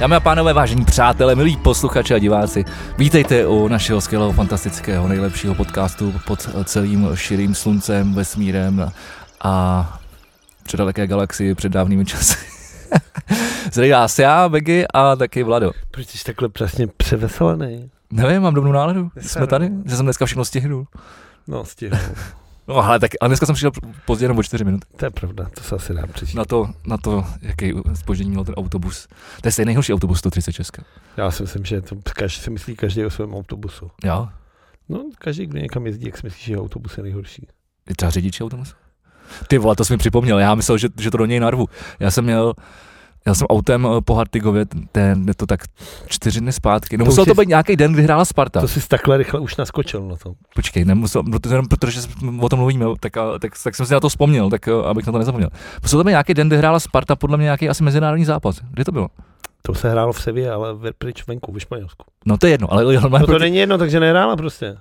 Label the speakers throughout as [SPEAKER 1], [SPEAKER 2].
[SPEAKER 1] Dámy a pánové, vážení přátelé, milí posluchači a diváci, vítejte u našeho skvělého, fantastického, nejlepšího podcastu pod celým širým sluncem, vesmírem a předaleké galaxii před dávnými časy. Zde vás já, Begy a taky Vlado.
[SPEAKER 2] Proč jsi takhle přesně převeselený?
[SPEAKER 1] Nevím, mám dobrou náladu.
[SPEAKER 2] Super.
[SPEAKER 1] Jsme tady? Že jsem dneska všechno stihnul.
[SPEAKER 2] No, stihl.
[SPEAKER 1] No, ale, tak, ale dneska jsem přišel pozdě jenom o čtyři minuty.
[SPEAKER 2] To je pravda, to se asi dá přečíst.
[SPEAKER 1] Na to, na to, jaký spoždění měl ten autobus. To je stejný nejhorší autobus 136.
[SPEAKER 2] Já si myslím, že to každý, si myslí každý o svém autobusu.
[SPEAKER 1] Jo?
[SPEAKER 2] No, každý, kdo někam jezdí, jak si myslí, že jeho autobus je nejhorší.
[SPEAKER 1] Je třeba řidič autobusu? Ty vole, to jsi mi připomněl, já myslel, že, že to do něj narvu. Já jsem měl já jsem autem eh, po Hartigově, ten, je to tak čtyři dny zpátky. No,
[SPEAKER 2] To už
[SPEAKER 1] musel to
[SPEAKER 2] je-
[SPEAKER 1] být nějaký den, kdy hrála Sparta.
[SPEAKER 2] To jsi takhle rychle už naskočil na to.
[SPEAKER 1] Počkej, nemusel, protože, jenom protože jsme o tom mluvíme, tak, a- tak, tak, jsem si na to vzpomněl, tak eh, abych na to nezapomněl. Musel to být nějaký den, kdy hrála Sparta, podle mě nějaký asi mezinárodní zápas. Kde to bylo?
[SPEAKER 2] To se hrálo v Sevě, ale ve- pryč venku, ve Španělsku.
[SPEAKER 1] No to je jedno, ale jel,
[SPEAKER 2] No to
[SPEAKER 1] proti,
[SPEAKER 2] není jedno, takže nehrála prostě.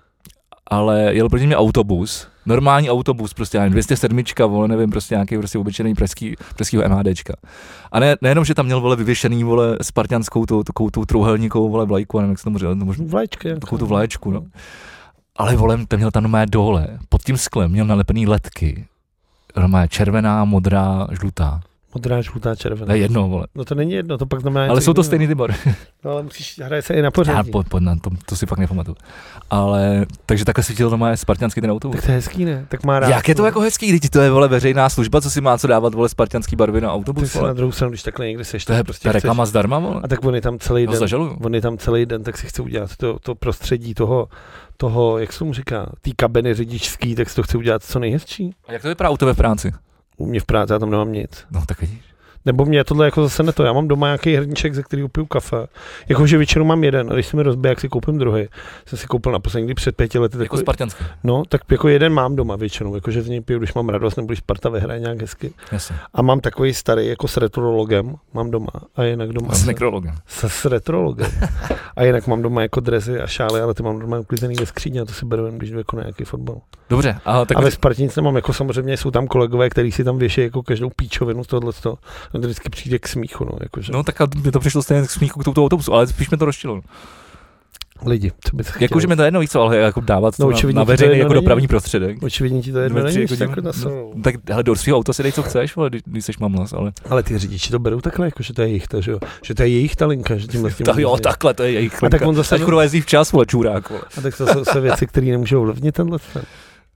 [SPEAKER 1] ale jel proti mě autobus, normální autobus, prostě já nevím, 207, vole, nevím, prostě nějaký prostě obyčejný pražský, pražskýho MHDčka. A ne, nejenom, že tam měl, vole, vyvěšený, vole, spartianskou tu, takovou tu trouhelníkovou, vole, vlajku, nevím, jak se tomu říká, no, možná
[SPEAKER 2] Vlajčky.
[SPEAKER 1] takovou tu vlaječku, no. Ale volem, ten měl tam normálně dole, pod tím sklem měl nalepený letky. Normálně červená, modrá, žlutá.
[SPEAKER 2] Modrá, žlutá,
[SPEAKER 1] To
[SPEAKER 2] červená.
[SPEAKER 1] je jedno, vole.
[SPEAKER 2] No to není jedno, to pak znamená...
[SPEAKER 1] Ale
[SPEAKER 2] něco
[SPEAKER 1] jsou to
[SPEAKER 2] jiného.
[SPEAKER 1] stejný ty bary.
[SPEAKER 2] No, ale musíš, hraje se i na
[SPEAKER 1] Já
[SPEAKER 2] pořadí.
[SPEAKER 1] po, po, na to, to si fakt nepamatuju. Ale, takže takhle svítil normálně spartianský ten autobus.
[SPEAKER 2] Tak to je hezký, ne? Tak má rád. no.
[SPEAKER 1] Jak je to jako hezký, lidi, to je vole veřejná služba, co si má co dávat vole spartianský barvy na
[SPEAKER 2] Ty
[SPEAKER 1] autobus,
[SPEAKER 2] se na
[SPEAKER 1] vole.
[SPEAKER 2] druhou stranu, když takhle někde seš,
[SPEAKER 1] To je
[SPEAKER 2] tak
[SPEAKER 1] prostě
[SPEAKER 2] prostě
[SPEAKER 1] reklama No, zdarma, vole.
[SPEAKER 2] A tak on je tam celý
[SPEAKER 1] Já ho
[SPEAKER 2] den.
[SPEAKER 1] zažaluju.
[SPEAKER 2] On je tam celý den, tak si chce udělat to, to prostředí toho, toho, jak se mu říká, té kabiny řidičský, tak si to chce udělat co nejhezčí.
[SPEAKER 1] A jak to vypadá u tebe v práci?
[SPEAKER 2] U mě v práci já tam nemám nic.
[SPEAKER 1] No tak vidíš.
[SPEAKER 2] Nebo mě tohle jako zase ne to. Já mám doma nějaký hrníček, ze kterého piju kafe. Jakože většinou mám jeden, a když se mi rozbije, jak si koupím druhý. Jsem si koupil na poslední před pěti lety.
[SPEAKER 1] Jako
[SPEAKER 2] takový-
[SPEAKER 1] spartianský.
[SPEAKER 2] no, tak jako jeden mám doma většinou, jakože z něj piju, když mám radost, nebo když Sparta vyhraje nějak hezky.
[SPEAKER 1] Jasně.
[SPEAKER 2] A mám takový starý, jako s retrologem, mám doma. A jinak doma.
[SPEAKER 1] S nekrologem.
[SPEAKER 2] se s retrologem. A jinak mám doma jako drezy a šály, ale ty mám doma uklizený ve skříně a to si bereme, když jdu jako na nějaký fotbal.
[SPEAKER 1] Dobře, a tak
[SPEAKER 2] a ve Spartě nic nemám, jako samozřejmě jsou tam kolegové, kteří si tam věší jako každou píčovinu tohle to. No to vždycky přijde k smíchu, no, jakože. No.
[SPEAKER 1] No tak a mi to přišlo stejně k smíchu k tomuto autobusu, ale spíš mi to rozčilo.
[SPEAKER 2] Lidi, co bys chtěl?
[SPEAKER 1] Jakože mi to jedno víc, ale jako dávat
[SPEAKER 2] No,
[SPEAKER 1] to na,
[SPEAKER 2] očividně
[SPEAKER 1] na
[SPEAKER 2] ti to
[SPEAKER 1] veřejný
[SPEAKER 2] jedno
[SPEAKER 1] jako
[SPEAKER 2] není.
[SPEAKER 1] dopravní prostředek.
[SPEAKER 2] Očividně ti to jedno
[SPEAKER 1] Dveře
[SPEAKER 2] není,
[SPEAKER 1] jako
[SPEAKER 2] jako
[SPEAKER 1] tím-
[SPEAKER 2] jako na no.
[SPEAKER 1] Tak hele, do svého auta si dej, co chceš, vole, když, když jsi mamlas, ale
[SPEAKER 2] Ale ty řidiči to berou takhle, jako, že to je jejich ta, že, jo? že to je jejich ta linka, že tímhle s tím
[SPEAKER 1] tak jo,
[SPEAKER 2] jezdí.
[SPEAKER 1] takhle, to je jejich
[SPEAKER 2] A tak
[SPEAKER 1] chlinka.
[SPEAKER 2] on zase-
[SPEAKER 1] Teď kurva jezdí včas, vole, čurák, vole.
[SPEAKER 2] A tak to jsou se věci, které nemůže ovlivnit tenhle ten.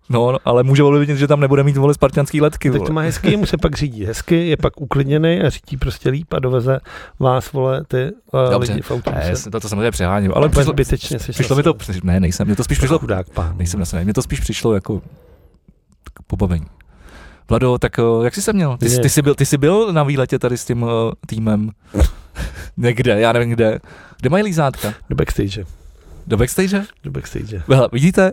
[SPEAKER 1] No, no, ale může vidět, že tam nebude mít, vole, spartianský letky,
[SPEAKER 2] Tak
[SPEAKER 1] vole.
[SPEAKER 2] to má hezky, jemu se pak řídí hezky, je pak uklidněný a řídí prostě líp a doveze vás, vole, ty uh,
[SPEAKER 1] Dobře.
[SPEAKER 2] lidi v
[SPEAKER 1] Ne,
[SPEAKER 2] autobuse.
[SPEAKER 1] jasně, to, to samozřejmě přeháním, ale
[SPEAKER 2] Úplně
[SPEAKER 1] přišlo,
[SPEAKER 2] zbytečně jsi
[SPEAKER 1] přišlo mi to, ne, nejsem, mě to spíš přišlo,
[SPEAKER 2] chudák pán.
[SPEAKER 1] nejsem nasadný, mě to spíš přišlo jako k pobavení. Vlado, tak eh, jak jsi se měl? Ty, jsi- ty, jsi byl, ty jsi byl na výletě tady s tím eh, týmem? Někde, já nevím kde. Kde mají lízátka?
[SPEAKER 2] Do backstage.
[SPEAKER 1] Do backstage?
[SPEAKER 2] Do backstage.
[SPEAKER 1] Hele, vidíte,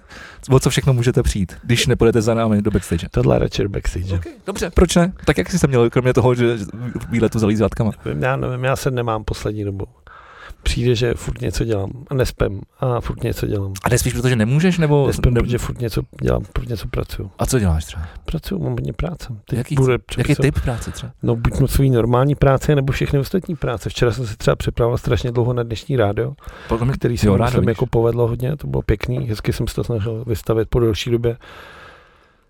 [SPEAKER 1] o co všechno můžete přijít, když nepůjdete za námi do backstage.
[SPEAKER 2] Tohle radši do backstage.
[SPEAKER 1] Okay, dobře, proč ne? Tak jak jsi se měl, kromě toho, že že výletu za lízátkama?
[SPEAKER 2] Vím, Já nevím, já se nemám poslední dobou. Přijde, že furt něco dělám a nespem a furt něco dělám.
[SPEAKER 1] A nespíš, protože nemůžeš, nebo...
[SPEAKER 2] Nespem,
[SPEAKER 1] ne-
[SPEAKER 2] protože furt něco dělám, furt něco pracuju.
[SPEAKER 1] A co děláš třeba?
[SPEAKER 2] Pracuju, mám hodně práce.
[SPEAKER 1] Jaký-
[SPEAKER 2] bude
[SPEAKER 1] Jaký
[SPEAKER 2] přepisovat-
[SPEAKER 1] typ práce třeba?
[SPEAKER 2] No buď mu svý normální práce, nebo všechny ostatní práce. Včera jsem se třeba připravoval strašně dlouho na dnešní rádio,
[SPEAKER 1] Podle mě
[SPEAKER 2] který se
[SPEAKER 1] Jo,
[SPEAKER 2] mi
[SPEAKER 1] ráno,
[SPEAKER 2] myslím,
[SPEAKER 1] vidíš.
[SPEAKER 2] jako povedlo hodně, to bylo pěkný, hezky jsem se to snažil vystavit po delší době.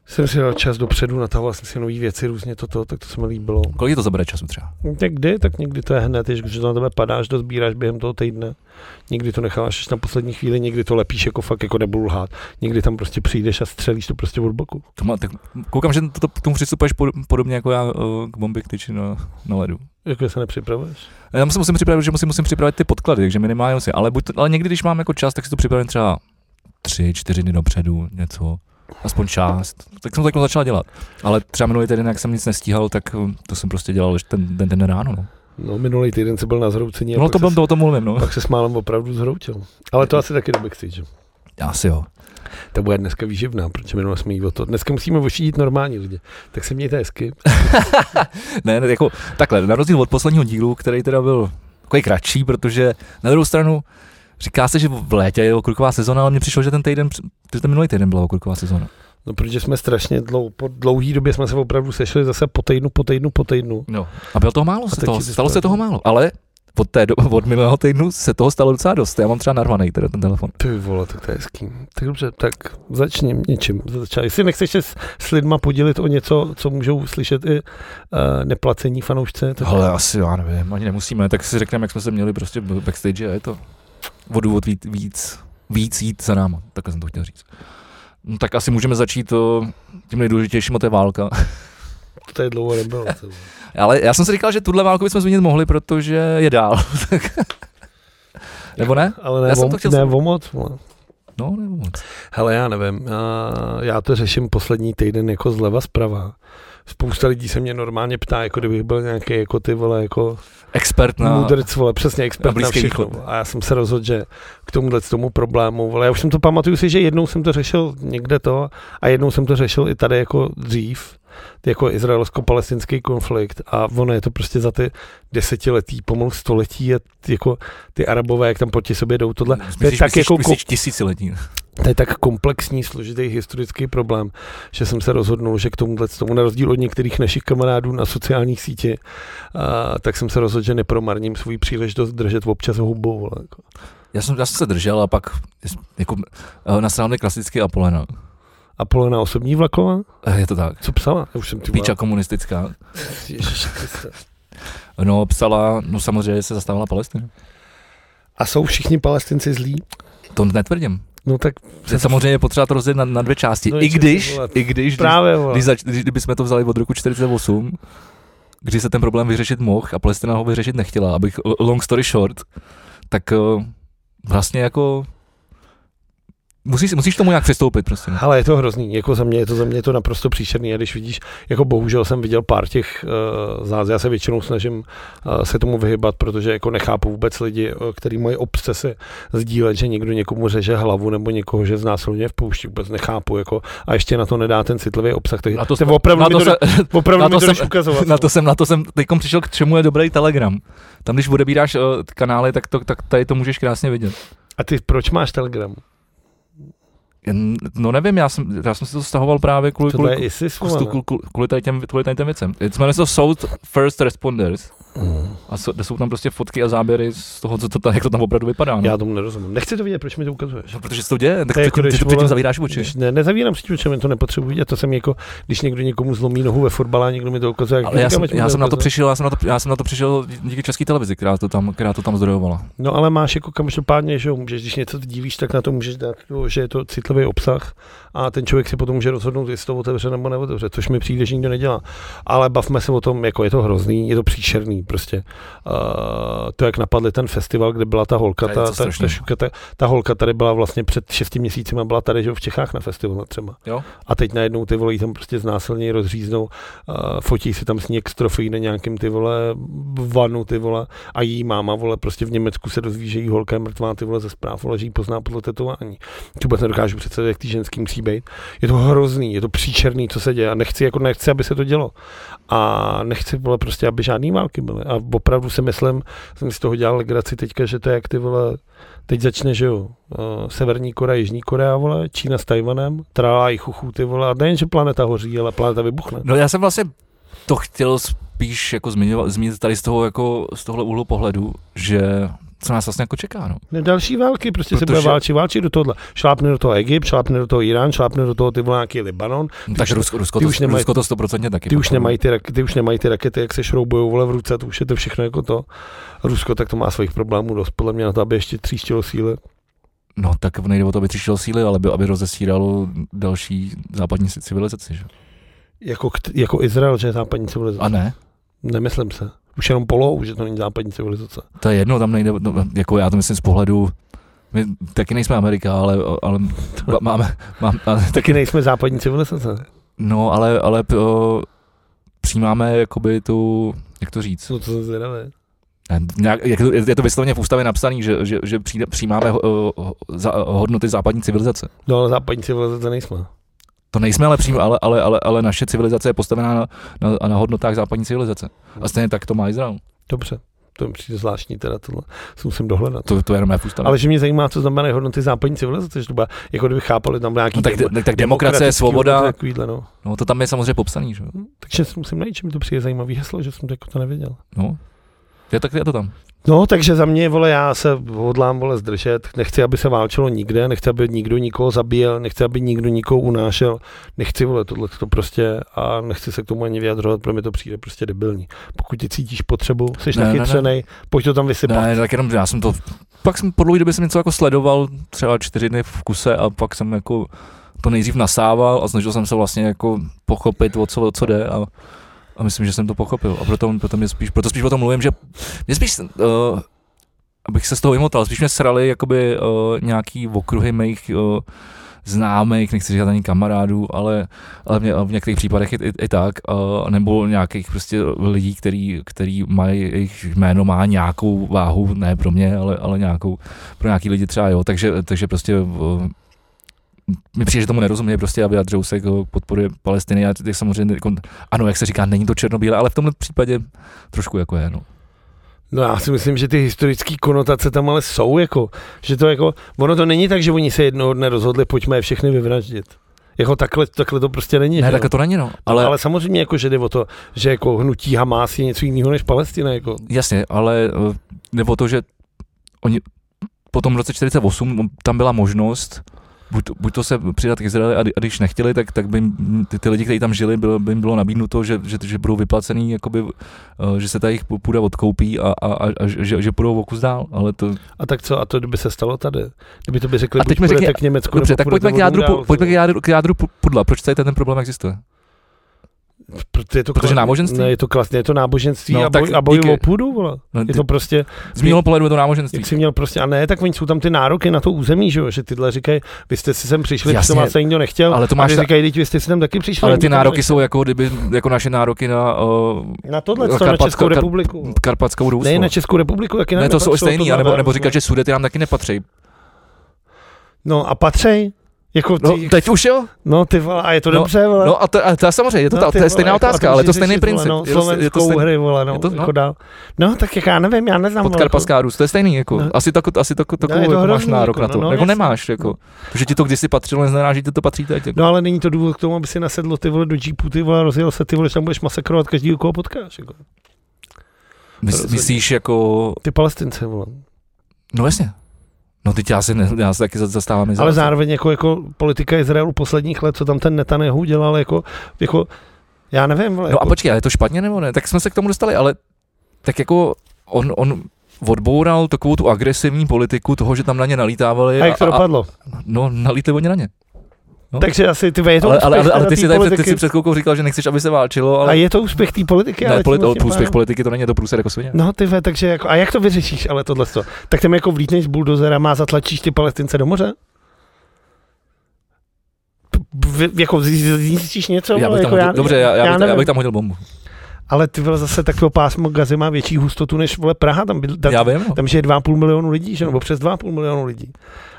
[SPEAKER 2] Jsem si dal čas dopředu, natahoval jsem si nové věci, různě toto, tak to se mi líbilo.
[SPEAKER 1] Jako, Kolik je to zabere času třeba?
[SPEAKER 2] Tak kdy, tak někdy to je hned, jež, když to na tebe padáš, dozbíráš během toho týdne. Někdy to necháváš až na poslední chvíli, někdy to lepíš jako fakt, jako nebudu lhát. Někdy tam prostě přijdeš a střelíš to prostě od boku.
[SPEAKER 1] To má, tak, koukám, že to, k tomu přistupuješ pod, podobně jako já eh, k bombě k tyči na, na ledu.
[SPEAKER 2] Jako se nepřipravuješ.
[SPEAKER 1] Já se musím připravit, že musím, musím připravit ty podklady, takže minimálně si. Ale, buď to, ale někdy, když mám jako čas, tak si to připravím třeba tři, čtyři dny dopředu, něco, aspoň část. Tak jsem to takhle začal dělat. Ale třeba minulý týden, jak jsem nic nestíhal, tak eh, to jsem prostě dělal až ten, ten, den ráno. No,
[SPEAKER 2] No, minulý týden se byl na zhroucení. a
[SPEAKER 1] no
[SPEAKER 2] pak
[SPEAKER 1] to
[SPEAKER 2] ses-
[SPEAKER 1] byl, to o tom mluvím, no.
[SPEAKER 2] Pak se s málem opravdu zhroutil. Ale to asi taky do backstage.
[SPEAKER 1] Asi jo.
[SPEAKER 2] Ta bude dneska výživná, protože minule jsme jí o to. Dneska musíme ošidit normální lidi. Tak se mějte hezky.
[SPEAKER 1] Ne, ne, jako takhle, na rozdíl od posledního dílu, který teda byl takový kratší, protože na druhou stranu říká se, že v létě je okurková sezona, ale mně přišlo, že ten týden, př- že ten minulý týden byla okurková sezona.
[SPEAKER 2] No, protože jsme strašně dlouho, po dlouhý době jsme se opravdu sešli zase po týdnu, po týdnu, po týdnu.
[SPEAKER 1] No. A bylo toho málo, se
[SPEAKER 2] taky
[SPEAKER 1] toho,
[SPEAKER 2] jsi
[SPEAKER 1] stalo se
[SPEAKER 2] spravil.
[SPEAKER 1] toho málo, ale od, té do, od minulého týdnu se toho stalo docela dost. Já mám třeba narvaný teda ten telefon.
[SPEAKER 2] Ty vole, tak to je hezký. Tak dobře, tak začni něčím. Začal. Jestli nechceš se s, s lidma podělit o něco, co můžou slyšet i uh, neplacení fanoušce, tak
[SPEAKER 1] Ale asi já nevím, ani nemusíme, tak si řekneme, jak jsme se měli prostě b- backstage a je to o důvod víc, víc, víc jít za náma, takhle jsem to chtěl říct. No, tak asi můžeme začít to, tím nejdůležitějším, a to je válka.
[SPEAKER 2] to je dlouho nebylo. ty vole.
[SPEAKER 1] Ale já jsem si říkal, že tuhle válku bychom zmínit mohli, protože je dál. tak- Nebo ne?
[SPEAKER 2] Ale ne,
[SPEAKER 1] Já
[SPEAKER 2] já
[SPEAKER 1] jsem
[SPEAKER 2] vom,
[SPEAKER 1] to chtěl
[SPEAKER 2] ne
[SPEAKER 1] zmínit.
[SPEAKER 2] vomoc. Vole.
[SPEAKER 1] No, nebo moc.
[SPEAKER 2] Hele, já nevím, já, já to řeším poslední týden jako zleva zprava. Spousta lidí se mě normálně ptá, jako kdybych byl nějaký jako ty vole, jako
[SPEAKER 1] Expert na...
[SPEAKER 2] no, mudrc, vole, přesně expert na,
[SPEAKER 1] Blízký
[SPEAKER 2] všechno.
[SPEAKER 1] východ.
[SPEAKER 2] A já jsem se rozhodl, že k tomuhle tomu problému, vole, já už jsem to pamatuju si, že jednou jsem to řešil někde to a jednou jsem to řešil i tady jako dřív, jako izraelsko-palestinský konflikt a ono je to prostě za ty desetiletí, pomalu století a ty, jako ty arabové, jak tam proti sobě jdou, tohle, to je
[SPEAKER 1] Myslíš,
[SPEAKER 2] tak
[SPEAKER 1] myslíš,
[SPEAKER 2] jako
[SPEAKER 1] myslíš tisíciletí.
[SPEAKER 2] to je tak komplexní, složitý historický problém, že jsem se rozhodnul, že k tomuhle, tomu na rozdíl od některých našich kamarádů na sociálních sítě, a, tak jsem se rozhodl, že nepromarním svůj příležitost držet občas hubou. Vole, jako.
[SPEAKER 1] Já jsem, já jsem se držel a pak jako, eh, nasrál mě klasicky Apolena.
[SPEAKER 2] A Polena osobní vlaková?
[SPEAKER 1] Eh, Je to tak.
[SPEAKER 2] Co psala? Já už jsem ty
[SPEAKER 1] Píča komunistická.
[SPEAKER 2] Ježiškriste.
[SPEAKER 1] No, psala, no samozřejmě se zastávala Palestinu.
[SPEAKER 2] A jsou všichni palestinci zlí?
[SPEAKER 1] To netvrdím.
[SPEAKER 2] No tak
[SPEAKER 1] Je samozřejmě potřeba to rozdělit na, na dvě části.
[SPEAKER 2] No,
[SPEAKER 1] I
[SPEAKER 2] ještě
[SPEAKER 1] když,
[SPEAKER 2] ty vole,
[SPEAKER 1] i když,
[SPEAKER 2] právě, vole.
[SPEAKER 1] když, zač, když kdybychom to vzali od roku 48, kdy se ten problém vyřešit mohl a Palestina ho vyřešit nechtěla, abych, long story short, tak eh, vlastně jako musíš, musíš tomu nějak přistoupit prostě. no.
[SPEAKER 2] Ale je to hrozný, jako za mě je to, za mě je to naprosto příšerný a když vidíš, jako bohužel jsem viděl pár těch uh, zás, já se většinou snažím uh, se tomu vyhybat, protože jako nechápu vůbec lidi, uh, kteří mají obsesy sdílet, že někdo někomu řeže hlavu nebo někoho, že znásilňuje v poušti, vůbec nechápu, jako, a ještě na to nedá ten citlivý obsah, takže
[SPEAKER 1] Na to
[SPEAKER 2] to,
[SPEAKER 1] jsme-
[SPEAKER 2] opravdu
[SPEAKER 1] na
[SPEAKER 2] mi
[SPEAKER 1] to
[SPEAKER 2] to,
[SPEAKER 1] se-
[SPEAKER 2] se, opravdu
[SPEAKER 1] na
[SPEAKER 2] na
[SPEAKER 1] to
[SPEAKER 2] to mi to
[SPEAKER 1] jsem-
[SPEAKER 2] jdeš ukazovat.
[SPEAKER 1] Na to jsem, na to jsem teď přišel, k čemu je dobrý Telegram. Tam, když odebíráš eh, kanály, tak, to, tak tady to můžeš krásně vidět.
[SPEAKER 2] A ty proč máš Telegram?
[SPEAKER 1] Jen- No nevím, já jsem, já jsem si to stahoval právě kvůli,
[SPEAKER 2] To
[SPEAKER 1] kvůli,
[SPEAKER 2] je ISIS,
[SPEAKER 1] kvůli,
[SPEAKER 2] vole, no. ne?
[SPEAKER 1] kvůli, kvůli, tady těm, kvůli tady těm věcem. Jmenuje se to South First Responders
[SPEAKER 2] Mm.
[SPEAKER 1] a so, jsou tam prostě fotky a záběry z toho, co to, tam- jak to tam opravdu vypadá. No.
[SPEAKER 2] Já tomu nerozumím. Nechci to vidět, proč mi to ukazuješ.
[SPEAKER 1] No, protože se to děje, tak
[SPEAKER 2] To je
[SPEAKER 1] ty,
[SPEAKER 2] jako
[SPEAKER 1] ty,
[SPEAKER 2] když,
[SPEAKER 1] ty, ty tím
[SPEAKER 2] vole,
[SPEAKER 1] zavíráš oči.
[SPEAKER 2] Když ne, nezavírám si tím, čem to nepotřebuji vidět, to jsem jako, když někdo někomu zlomí nohu ve fotbale a někdo mi to ukazuje. jak
[SPEAKER 1] Ale já
[SPEAKER 2] říkám,
[SPEAKER 1] jsem,
[SPEAKER 2] ať mu
[SPEAKER 1] já
[SPEAKER 2] to
[SPEAKER 1] jsem na to
[SPEAKER 2] ukazuje.
[SPEAKER 1] přišel, já jsem na to, já jsem na to přišel díky české televizi, která to tam, která to tam zdrojovala.
[SPEAKER 2] No ale máš jako každopádně, že jo, můžeš, když něco sdílíš, tak na to můžeš dát, to, že je to citlivý obsah a ten člověk si potom může rozhodnout, jestli to otevře nebo neotevře, což mi přijde, že nikdo nedělá. Ale bavme se o tom, jako je to hrozný, je to příšerný prostě. Uh, to, jak napadli ten festival, kde byla ta holka,
[SPEAKER 1] To je
[SPEAKER 2] ta,
[SPEAKER 1] něco
[SPEAKER 2] ta, ta,
[SPEAKER 1] strašného.
[SPEAKER 2] šuka, ta, ta, holka tady byla vlastně před šesti měsíci, byla tady, že jo, v Čechách na festivalu třeba.
[SPEAKER 1] Jo?
[SPEAKER 2] A teď najednou ty vole jí tam prostě znásilně rozříznou, uh, fotí si tam sněk z trofejí na nějakým ty vole vanu ty vole a její máma vole prostě v Německu se dozví, že jí holka je mrtvá ty vole ze zpráv, vole, že jí pozná podle tetování. To vůbec nedokážu představit, jak ty ženský musí být. Je to hrozný, je to příčerný, co se děje a nechci, jako nechci, aby se to dělo. A nechci vole prostě, aby žádný války byly. A opravdu si myslím, jsem z toho dělal legraci teďka, že to je jak ty vole, teď začne, že jo, eh, Severní Korea, Jižní Korea, vole, Čína s Tajvanem, trává i chuchu, ty vole, a nejen, že planeta hoří, ale planeta vybuchne.
[SPEAKER 1] No já jsem vlastně to chtěl spíš jako zmiňovat, zmínit tady z toho jako z tohle úhlu pohledu, že co nás vlastně jako čeká, no.
[SPEAKER 2] Ne, další války, prostě se
[SPEAKER 1] Protože-
[SPEAKER 2] bude válčit, válčit do tohohle. Šlápne do toho Egypt, šlápne do toho Irán, šlápne do toho ty vole nějaký Libanon,
[SPEAKER 1] no tak
[SPEAKER 2] už-
[SPEAKER 1] Rusko, Rusko,
[SPEAKER 2] ty
[SPEAKER 1] to,
[SPEAKER 2] už nemají-
[SPEAKER 1] Rusko to stoprocentně taky.
[SPEAKER 2] ty už,
[SPEAKER 1] podporuje.
[SPEAKER 2] nemají ty, rak- ty už nemají ty rakety, jak se šroubují vole v ruce, to už je to všechno jako to. Rusko tak to má svých problémů dost, podle mě na to, aby ještě tříštilo síly.
[SPEAKER 1] No tak nejde o to, aby tříštil síly, ale aby, aby rozesíralo další západní si- civilizaci, že?
[SPEAKER 2] Jako, kt- jako Izrael, že je západní civilizace.
[SPEAKER 1] A ne,
[SPEAKER 2] Nemyslím se. Už jenom polohou, že to není západní civilizace.
[SPEAKER 1] to je jedno, tam nejde, no, jako já to myslím z pohledu, my taky nejsme Amerika, ale, ale ma- máme, mám, ale, tak,
[SPEAKER 2] Taky nejsme západní civilizace.
[SPEAKER 1] no ale, ale o, přijímáme jakoby tu, jak to říct,
[SPEAKER 2] Co to jsem zvědavý.
[SPEAKER 1] Ne, Nějak, jak, to- je to vysloveně v ústavě napsaný, že, že, že přijde, přijímáme ho, ho, za, hodnoty západní civilizace.
[SPEAKER 2] No ale západní civilizace nejsme.
[SPEAKER 1] To nejsme ale přímo, ale, ale, ale, ale naše civilizace je postavená na, na, na hodnotách západní civilizace. A stejně tak to má Izrael.
[SPEAKER 2] Dobře, to mi přijde zvláštní teda tohle. To musím dohledat.
[SPEAKER 1] To, to jenom je v ústavě.
[SPEAKER 2] Ale že mě zajímá, co znamená hodnoty západní civilizace, že to byla, jako kdyby chápali tam nějaký
[SPEAKER 1] no, tak,
[SPEAKER 2] demo-
[SPEAKER 1] tak, tak demokracie,
[SPEAKER 2] demokratický hodnoty,
[SPEAKER 1] svoboda,
[SPEAKER 2] Takovýhle, no.
[SPEAKER 1] no to tam je samozřejmě popsaný, že? jo.
[SPEAKER 2] Hm, Takže si musím najít, že mi to přijde zajímavý heslo, že jsem to jako to nevěděl.
[SPEAKER 1] No. Je, tak je to tam.
[SPEAKER 2] No, takže za mě, vole, já se hodlám, vole, zdržet. Nechci, aby se válčilo nikde, nechci, aby nikdo nikoho zabíjel, nechci, aby nikdo nikoho unášel. Nechci, vole, tohle to prostě a nechci se k tomu ani vyjadřovat, pro mě to přijde prostě debilní. Pokud ty cítíš potřebu, jsi
[SPEAKER 1] Ne, ne, ne.
[SPEAKER 2] nachytřenej, pojď to tam vysypat.
[SPEAKER 1] Ne, tak jenom já jsem to, pak jsem po dlouhé době jsem něco jako sledoval, třeba čtyři dny v kuse a pak jsem jako to nejdřív nasával a snažil jsem se vlastně jako pochopit, o co, o co jde a, a myslím, že jsem to pochopil a proto, proto, mě spíš, proto spíš o tom mluvím, že mě spíš, uh, abych se z toho vymotal, spíš mě srali jakoby uh, nějaký okruhy mých uh, známých, nechci říkat ani kamarádů, ale, ale mě, v některých případech i, i, i tak, uh, nebo nějakých prostě lidí, který, který mají, jejich jméno má nějakou váhu, ne pro mě, ale, ale nějakou, pro nějaký lidi třeba jo, takže, takže prostě uh, mi přijde, že tomu nerozumí prostě a vyjadřují se k podpory Palestiny a těch samozřejmě, jako, ano, jak se říká, není to černobílé, ale v tomhle případě trošku jako je, no.
[SPEAKER 2] No já si myslím, že ty historické konotace tam ale jsou, jako, že to jako, ono to není tak, že oni se jednoho dne rozhodli, pojďme je všechny vyvraždit. Jako takhle, takhle to prostě není.
[SPEAKER 1] Ne,
[SPEAKER 2] že? jo?
[SPEAKER 1] tak to není, no,
[SPEAKER 2] ale...
[SPEAKER 1] ale,
[SPEAKER 2] ale samozřejmě jako, že jde o to, že jako hnutí Hamas je něco jiného než Palestina, jako.
[SPEAKER 1] Jasně, ale eh, nebo to, že oni po tom roce 48 tam byla možnost buď, buď to se přidat k Izraeli a, kdy- a když nechtěli, tak, tak by jim, ty, ty lidi, kteří tam žili, bylo, by jim bylo nabídnuto, že, že, že budou vyplacený, jakoby, eh, že se ta jejich půda odkoupí a, a, a, a že, že půjdou o kus dál, ale to,
[SPEAKER 2] A tak co, a to kdyby se stalo tady? Kdyby to by řekli,
[SPEAKER 1] A teď
[SPEAKER 2] buď
[SPEAKER 1] mi řekni-
[SPEAKER 2] půjdete k Německu,
[SPEAKER 1] Dobře,
[SPEAKER 2] nebo
[SPEAKER 1] tak
[SPEAKER 2] půjdete
[SPEAKER 1] pojďme k,
[SPEAKER 2] odmů
[SPEAKER 1] jádru,
[SPEAKER 2] dál,
[SPEAKER 1] pu- pojďme k jádru, k jádru pu- pudla. Proč tady ten problém existuje?
[SPEAKER 2] Protože je to
[SPEAKER 1] protože
[SPEAKER 2] kla-
[SPEAKER 1] náboženství?
[SPEAKER 2] Ne, je to klasně, je to náboženství
[SPEAKER 1] No,
[SPEAKER 2] a,
[SPEAKER 1] tak
[SPEAKER 2] boj, a boj
[SPEAKER 1] díky.
[SPEAKER 2] o půdu, vole.
[SPEAKER 1] No,
[SPEAKER 2] Je
[SPEAKER 1] ty,
[SPEAKER 2] to prostě,
[SPEAKER 1] z mého pohledu je to náboženství.
[SPEAKER 2] jak jsi měl prostě, a ne, tak oni jsou tam ty nároky na to území, že jo, že tyhle říkají, vy jste si sem přišli,
[SPEAKER 1] Jasně,
[SPEAKER 2] Jasně, to vás nikdo nechtěl,
[SPEAKER 1] ale to máš
[SPEAKER 2] a
[SPEAKER 1] ta-
[SPEAKER 2] ty říkají, teď vy jste si tam taky přišli.
[SPEAKER 1] Ale
[SPEAKER 2] nikdo
[SPEAKER 1] ty
[SPEAKER 2] to
[SPEAKER 1] nároky jsou jako, kdyby, jako naše nároky na uh,
[SPEAKER 2] nechtěl. Na tohle, na
[SPEAKER 1] Karpatskou-
[SPEAKER 2] Českou
[SPEAKER 1] Kar-
[SPEAKER 2] republiku.
[SPEAKER 1] Karpatskou no.
[SPEAKER 2] Ne,
[SPEAKER 1] Růstu.
[SPEAKER 2] na Českou republiku, taky nám
[SPEAKER 1] Ne, to jsou
[SPEAKER 2] nepatřilo,
[SPEAKER 1] stejný,
[SPEAKER 2] to
[SPEAKER 1] anebo,
[SPEAKER 2] znamená-
[SPEAKER 1] nebo říkat, že sudety nám taky nepatří.
[SPEAKER 2] No a patřej, jako ty,
[SPEAKER 1] No, teď už jo?
[SPEAKER 2] No ty vole, a je to
[SPEAKER 1] No,
[SPEAKER 2] dobře, vole.
[SPEAKER 1] No a to, a to je samozřejmě, je to, ta,
[SPEAKER 2] ty
[SPEAKER 1] to je
[SPEAKER 2] vole,
[SPEAKER 1] stejná
[SPEAKER 2] jako, a
[SPEAKER 1] otázka, ale je to
[SPEAKER 2] můžeš
[SPEAKER 1] stejný
[SPEAKER 2] řešit,
[SPEAKER 1] princip.
[SPEAKER 2] vole,
[SPEAKER 1] Je
[SPEAKER 2] No,
[SPEAKER 1] to- je to
[SPEAKER 2] slovenskou
[SPEAKER 1] stejný-
[SPEAKER 2] hry, vole, no,
[SPEAKER 1] je to- no.
[SPEAKER 2] jako dál. No, tak jak já nevím, já neznám. vole,
[SPEAKER 1] Podkarpatská Rus, to je stejný, jako,
[SPEAKER 2] jako- No.
[SPEAKER 1] asi tak, asi tak, takovou,
[SPEAKER 2] je to
[SPEAKER 1] jako máš
[SPEAKER 2] hrozný,
[SPEAKER 1] nárok
[SPEAKER 2] jako,
[SPEAKER 1] na to,
[SPEAKER 2] no, no,
[SPEAKER 1] jako
[SPEAKER 2] jasně.
[SPEAKER 1] nemáš, jako, to, že ti to kdysi patřilo, neznamená, že ti to patří teď,
[SPEAKER 2] jako-
[SPEAKER 1] jako.
[SPEAKER 2] No ale není to důvod k tomu, aby si nasedlo ty vole do Jeepu, ty vole, rozjel se, ty vole, že tam budeš masakrovat každý, koho potkáš, jako.
[SPEAKER 1] Mys,
[SPEAKER 2] rozhodně.
[SPEAKER 1] myslíš, jako,
[SPEAKER 2] Ty palestince, vole.
[SPEAKER 1] no jasně, no teď já se, ne, já se taky za- zastávám
[SPEAKER 2] Ale
[SPEAKER 1] Izraelce.
[SPEAKER 2] zároveň jako, jako politika Izraelu posledních let, co tam ten Netanyahu udělal, jako, jako, já nevím, vole,
[SPEAKER 1] No a
[SPEAKER 2] jako,
[SPEAKER 1] počkej, ale je to špatně nebo ne? Tak jsme se k tomu dostali, ale tak jako on, on odboural takovou tu agresivní politiku toho, že tam na ně nalítávali.
[SPEAKER 2] a jak to dopadlo?
[SPEAKER 1] no, nalítli oni na ně. no.
[SPEAKER 2] Takže asi ty vole, je to
[SPEAKER 1] ale,
[SPEAKER 2] úspěch
[SPEAKER 1] ale, ale, ale
[SPEAKER 2] teda
[SPEAKER 1] ty,
[SPEAKER 2] té
[SPEAKER 1] jsi tady, před- ty
[SPEAKER 2] politiky.
[SPEAKER 1] jsi před chvilkou říkal, že nechceš, aby se válčilo, ale...
[SPEAKER 2] A je to úspěch té politiky? ale
[SPEAKER 1] ne,
[SPEAKER 2] tím
[SPEAKER 1] polit,
[SPEAKER 2] vlastně
[SPEAKER 1] úspěch
[SPEAKER 2] pádem-
[SPEAKER 1] politiky to není, je to průser jako svině.
[SPEAKER 2] No ty ve, takže jako, a jak to vyřešíš, ale tohle to? Tak tam jako vlítneš z buldozerama a zatlačíš ty palestince do moře? P- vy- jako z- z- zničíš něco?
[SPEAKER 1] já
[SPEAKER 2] vole,
[SPEAKER 1] bych tam
[SPEAKER 2] jako
[SPEAKER 1] hodil, dobře, já, já,
[SPEAKER 2] já
[SPEAKER 1] bych, já
[SPEAKER 2] nevím.
[SPEAKER 1] bych tam hodil bombu.
[SPEAKER 2] Ale ty vole zase takového pásmo Gazy má větší hustotu než vole Praha, tam, bydl,
[SPEAKER 1] Já
[SPEAKER 2] tam,
[SPEAKER 1] vím, no.
[SPEAKER 2] tam žije 2,5 milionu lidí, že? nebo přes 2,5 milionu lidí.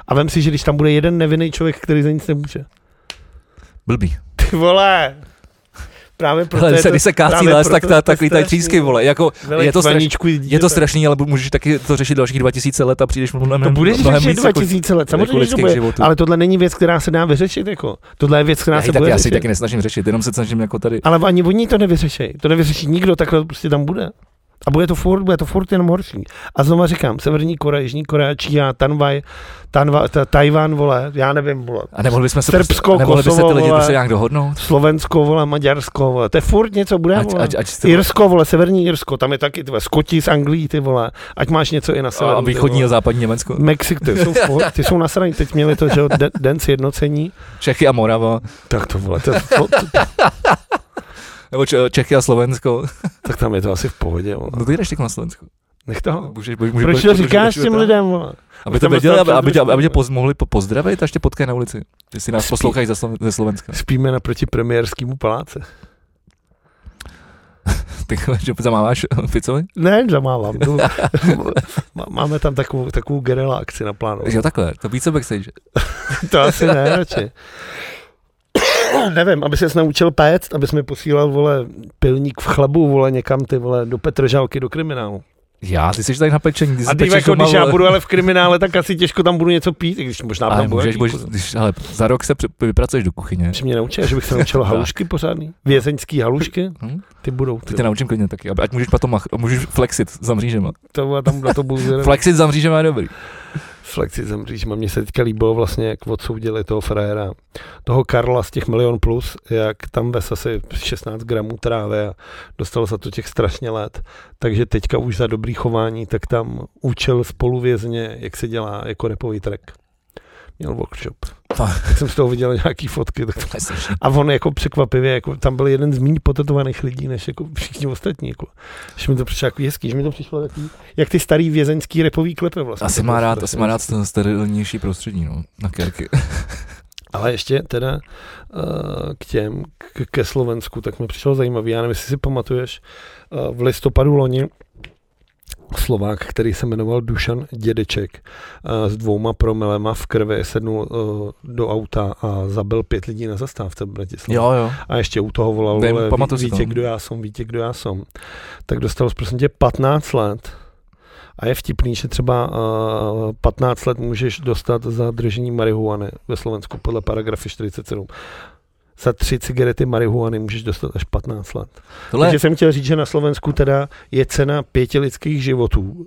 [SPEAKER 2] A vem si, že když tam bude jeden nevinný člověk, který za nic nemůže.
[SPEAKER 1] blbý.
[SPEAKER 2] Ty vole! Právě proto
[SPEAKER 1] Ale
[SPEAKER 2] je
[SPEAKER 1] se,
[SPEAKER 2] to,
[SPEAKER 1] když se kácí
[SPEAKER 2] právě
[SPEAKER 1] les, tak,
[SPEAKER 2] proto
[SPEAKER 1] ta,
[SPEAKER 2] je to
[SPEAKER 1] tak lítají
[SPEAKER 2] strašný.
[SPEAKER 1] třísky, vole. Jako,
[SPEAKER 2] vele,
[SPEAKER 1] je to strašný,
[SPEAKER 2] kvaníčku
[SPEAKER 1] je to
[SPEAKER 2] jděte.
[SPEAKER 1] strašný, ale můžeš taky to řešit dalších 2000 let a přijdeš mnohem,
[SPEAKER 2] To budeš
[SPEAKER 1] mnohem
[SPEAKER 2] řešit
[SPEAKER 1] víc jako-
[SPEAKER 2] 2000 let,
[SPEAKER 1] jako
[SPEAKER 2] samozřejmě, že to
[SPEAKER 1] lidských
[SPEAKER 2] bude.
[SPEAKER 1] životů.
[SPEAKER 2] Ale tohle není věc, která se dá vyřešit, jako. Tohle je věc, která
[SPEAKER 1] Já,
[SPEAKER 2] se
[SPEAKER 1] se
[SPEAKER 2] bude
[SPEAKER 1] taky, já si
[SPEAKER 2] řešit.
[SPEAKER 1] taky nesnažím řešit, jenom se snažím jako tady.
[SPEAKER 2] Ale ani oni to nevyřešejí. To nevyřeší nikdo, takhle to prostě tam bude. A bude to furt, bude to furt jenom horší. A znova říkám, Severní Korea, Jižní Korea, Čína, Tanvaj, Tanva, ta, Tajván, vole, já nevím, vole.
[SPEAKER 1] A nemohli bychom se,
[SPEAKER 2] Srbsko,
[SPEAKER 1] prostě, a nemohli by se ty
[SPEAKER 2] Kosovo,
[SPEAKER 1] lidi
[SPEAKER 2] vole.
[SPEAKER 1] prostě nějak dohodnout?
[SPEAKER 2] Slovensko, vole, Maďarsko, vole. To je furt něco bude,
[SPEAKER 1] Ať,
[SPEAKER 2] vole.
[SPEAKER 1] ať, ať jste,
[SPEAKER 2] Irsko, vole, Severní Irsko, tam je taky, ty vole, Skoti z Anglii, ty vole. Ať máš něco i na severu.
[SPEAKER 1] a
[SPEAKER 2] ty
[SPEAKER 1] východní a
[SPEAKER 2] vole.
[SPEAKER 1] západní Německo.
[SPEAKER 2] Mexik, ty jsou, v pohodě, ty jsou nasraní, teď měli to, že jo, den, den sjednocení.
[SPEAKER 1] Čechy a Morava.
[SPEAKER 2] Tak to vole, to, to, to,
[SPEAKER 1] Nebo Č- Čechy a Slovensko.
[SPEAKER 2] tak tam je to asi v pohodě, vole.
[SPEAKER 1] No ty jdeš teď na Slovensko.
[SPEAKER 2] Nech toho.
[SPEAKER 1] No, Můžeš, můžeš, můžeš,
[SPEAKER 2] Proč to
[SPEAKER 1] můžeš-
[SPEAKER 2] říkáš
[SPEAKER 1] můžeš-
[SPEAKER 2] těm lidem, vole?
[SPEAKER 1] Aby to
[SPEAKER 2] Tam
[SPEAKER 1] věděli, aby,
[SPEAKER 2] dostal
[SPEAKER 1] aby, tě-
[SPEAKER 2] přes-
[SPEAKER 1] aby tě poz, mohli po- pozdravit, až tě potkají na ulici. Ty si nás
[SPEAKER 2] Spí-
[SPEAKER 1] poslouchají ze Slo- ze Slovenska.
[SPEAKER 2] Spíme naproti premiérskému paláce.
[SPEAKER 1] Ty že zamáváš Ficovi?
[SPEAKER 2] Ne, zamávám. jdu. Má- Máme tam takovou, takovou gerela akci na plánu.
[SPEAKER 1] Jo takhle, to více backstage.
[SPEAKER 2] To asi ne, radši. Nevím, aby ses naučil péct, abys mi posílal, vole, pilník v chlebu, vole, někam ty, vole, do Petržalky, do kriminálu.
[SPEAKER 1] Já, ty jsi tady na pečení, ty
[SPEAKER 2] A
[SPEAKER 1] jsi
[SPEAKER 2] teď
[SPEAKER 1] pečeš
[SPEAKER 2] jako,
[SPEAKER 1] doma,
[SPEAKER 2] když já
[SPEAKER 1] vole.
[SPEAKER 2] budu ale v kriminále, tak asi těžko tam budu něco pít, i když možná
[SPEAKER 1] Ale
[SPEAKER 2] tam budu.
[SPEAKER 1] můžeš,
[SPEAKER 2] jaký
[SPEAKER 1] můžeš,
[SPEAKER 2] kus.
[SPEAKER 1] když, ale za rok se při- vypracuješ do kuchyně.
[SPEAKER 2] Že mě naučil, že bych se naučil halušky pořádný. Vězeňský halušky,
[SPEAKER 1] Hm?
[SPEAKER 2] ty budou.
[SPEAKER 1] Ty
[SPEAKER 2] Ty,
[SPEAKER 1] tě naučím klidně taky, aby- ať můžeš potom mach, můžeš flexit za mřížema.
[SPEAKER 2] to, a tam na to budu zvědavý.
[SPEAKER 1] Flexit za mřížema je dobrý.
[SPEAKER 2] Flexi zemříš. Mně se teďka líbilo vlastně, jak odsoudili toho frajera, toho Karla z těch milion plus, jak tam ves asi 16 gramů trávy a dostal za to těch strašně let. Takže teďka už za dobrý chování, tak tam učil spoluvězně, jak se dělá jako repový track. Měl workshop.
[SPEAKER 1] Tak.
[SPEAKER 2] Tak jsem z toho viděl nějaký fotky. Tak
[SPEAKER 1] To je strašný.
[SPEAKER 2] a on jako překvapivě, jako tam byl jeden z méně potetovaných lidí, než jako všichni ostatní. Jako. Že mi to přišlo jako hezký, že mi to přišlo takový, jak ty starý vězeňský repový klepy vlastně.
[SPEAKER 1] Asi
[SPEAKER 2] To
[SPEAKER 1] má
[SPEAKER 2] bylo
[SPEAKER 1] rád,
[SPEAKER 2] strašně
[SPEAKER 1] asi má rád to sterilnější prostředí, no, na kerky.
[SPEAKER 2] Ale ještě teda eh, k těm, k, ke Slovensku, tak mi přišlo zajímavý, já nevím, jestli si pamatuješ, eh, v listopadu loni Slovák, který se jmenoval Dušan Dědeček, eh, s dvouma promilema v krvi sednul eh, do auta a zabil pět lidí na zastávce v Bratislavě.
[SPEAKER 1] Jo, jo.
[SPEAKER 2] A ještě u toho volal,
[SPEAKER 1] Vím,
[SPEAKER 2] vole,
[SPEAKER 1] pamatuju si
[SPEAKER 2] ví,
[SPEAKER 1] to.
[SPEAKER 2] víte, kdo já jsem, víte, kdo já jsem. Tak dostal prosím tě 15 let a je vtipný, že třeba uh, 15 let můžeš dostat za držení marihuany ve Slovensku podle paragrafy 47. Za tři cigarety marihuany můžeš dostat až 15 let.
[SPEAKER 1] Tohle je
[SPEAKER 2] Takže jsem chtěl říct, že na Slovensku teda je cena pěti lidských životů,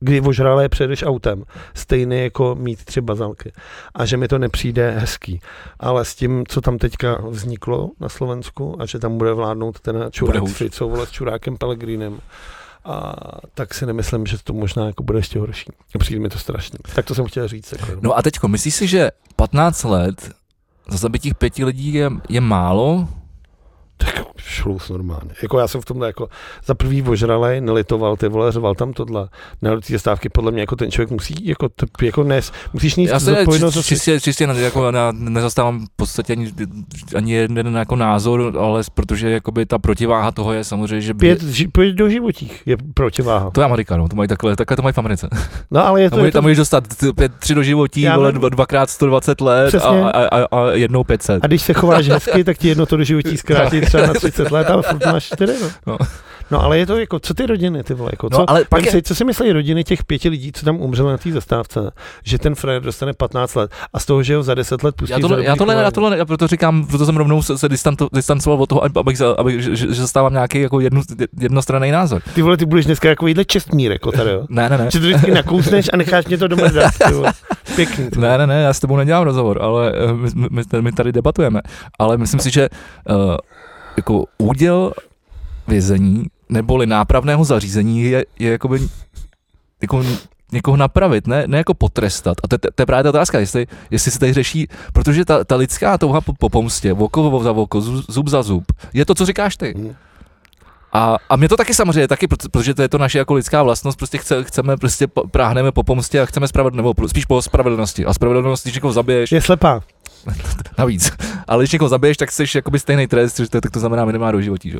[SPEAKER 2] kdy ožralé přejdeš autem, stejné jako mít tři bazalky. A že mi to nepřijde hezký. Ale s tím, co tam teďka vzniklo na Slovensku a že tam bude vládnout ten
[SPEAKER 1] Bude
[SPEAKER 2] čurák
[SPEAKER 1] hůř.
[SPEAKER 2] s Ficou, vole, s čurákem Pellegrinem, a tak si nemyslím, že to možná jako bude ještě horší. Přijde mi to strašně. Tak to jsem chtěl říct. Jako.
[SPEAKER 1] No a teďko, myslíš si, že 15 let za zabitých pěti lidí je, je málo?
[SPEAKER 2] tak šlous normálně. Jako já jsem v tomhle jako za prvý ožralej, nelitoval ty vole, řval tam tohle. Na ruce stávky podle mě jako ten člověk musí jako, t- jako nes, musíš nést
[SPEAKER 1] Já se
[SPEAKER 2] zodpovědnost.
[SPEAKER 1] či,
[SPEAKER 2] za si-
[SPEAKER 1] čistě, čistě na- jako, na, nezastávám v podstatě ani, ani jeden jako názor, ale s- protože jakoby ta protiváha toho je samozřejmě, že... by-
[SPEAKER 2] Pět, ži, pět do životích je protiváha.
[SPEAKER 1] To je Amerika, no, to mají takhle, takhle to mají v Americe.
[SPEAKER 2] No ale je
[SPEAKER 1] Tam,
[SPEAKER 2] to, je
[SPEAKER 1] může,
[SPEAKER 2] to
[SPEAKER 1] tam můžeš dostat t- pět, tři do životí,
[SPEAKER 2] Já
[SPEAKER 1] vole,
[SPEAKER 2] vím.
[SPEAKER 1] dva, dvakrát 120 let a,
[SPEAKER 2] Přesně.
[SPEAKER 1] a, a, a jednou 500.
[SPEAKER 2] a když se chováš hezky, tak ti jedno to do životí zkrátí třeba na 30 let, ale furt máš čtyři.
[SPEAKER 1] No.
[SPEAKER 2] No. no. ale je to jako, co ty rodiny, ty vole, jako, co,
[SPEAKER 1] no, ale pak
[SPEAKER 2] Pak
[SPEAKER 1] je,
[SPEAKER 2] si, co si myslí rodiny těch pěti lidí, co tam umřeli na té zastávce, že ten frajer dostane 15 let a z toho, že ho za 10 let pustí
[SPEAKER 1] já
[SPEAKER 2] za
[SPEAKER 1] tohle,
[SPEAKER 2] dobrý
[SPEAKER 1] já tohle, já
[SPEAKER 2] chování?
[SPEAKER 1] tohle, ne- já proto říkám, proto jsem rovnou se, se distanto, distancoval od toho, ab- abych, za- abych že, že zastávám nějaký jako jednu, jednostranný názor.
[SPEAKER 2] Ty vole, ty budeš dneska takovýhle čestmír, jako tady, jo.
[SPEAKER 1] Ne, ne, ne.
[SPEAKER 2] Že to vždycky nakousneš a necháš mě to domrdat, ty vole. Pěkný. ty vole.
[SPEAKER 1] Ne, ne, ne, já s tebou nedělám rozhovor, ale eh, my, my, my tady debatujeme. Ale myslím si, že uh, jako úděl vězení neboli nápravného zařízení je, je jakoby jako někoho napravit, ne, ne jako potrestat. A to, je- to je právě ta otázka, jestli, jestli se tady řeší, protože ta, ta lidská touha po, po pomstě, oko za oko, zub, zub za zub, je to, co říkáš ty.
[SPEAKER 2] Hm.
[SPEAKER 1] A, a mě to taky samozřejmě taky, proto- protože to je to naše jako lidská vlastnost, prostě chce, chceme, prostě po- práhneme po pomstě a chceme spravedlnosti, nebo spíš po spravedlnosti. A spravedlnost, když někoho zabiješ,
[SPEAKER 2] Je slepá.
[SPEAKER 1] navíc, ale když někoho zabiješ, tak jsi jakoby stejný trest, že to, tak to znamená minimální do životí, že?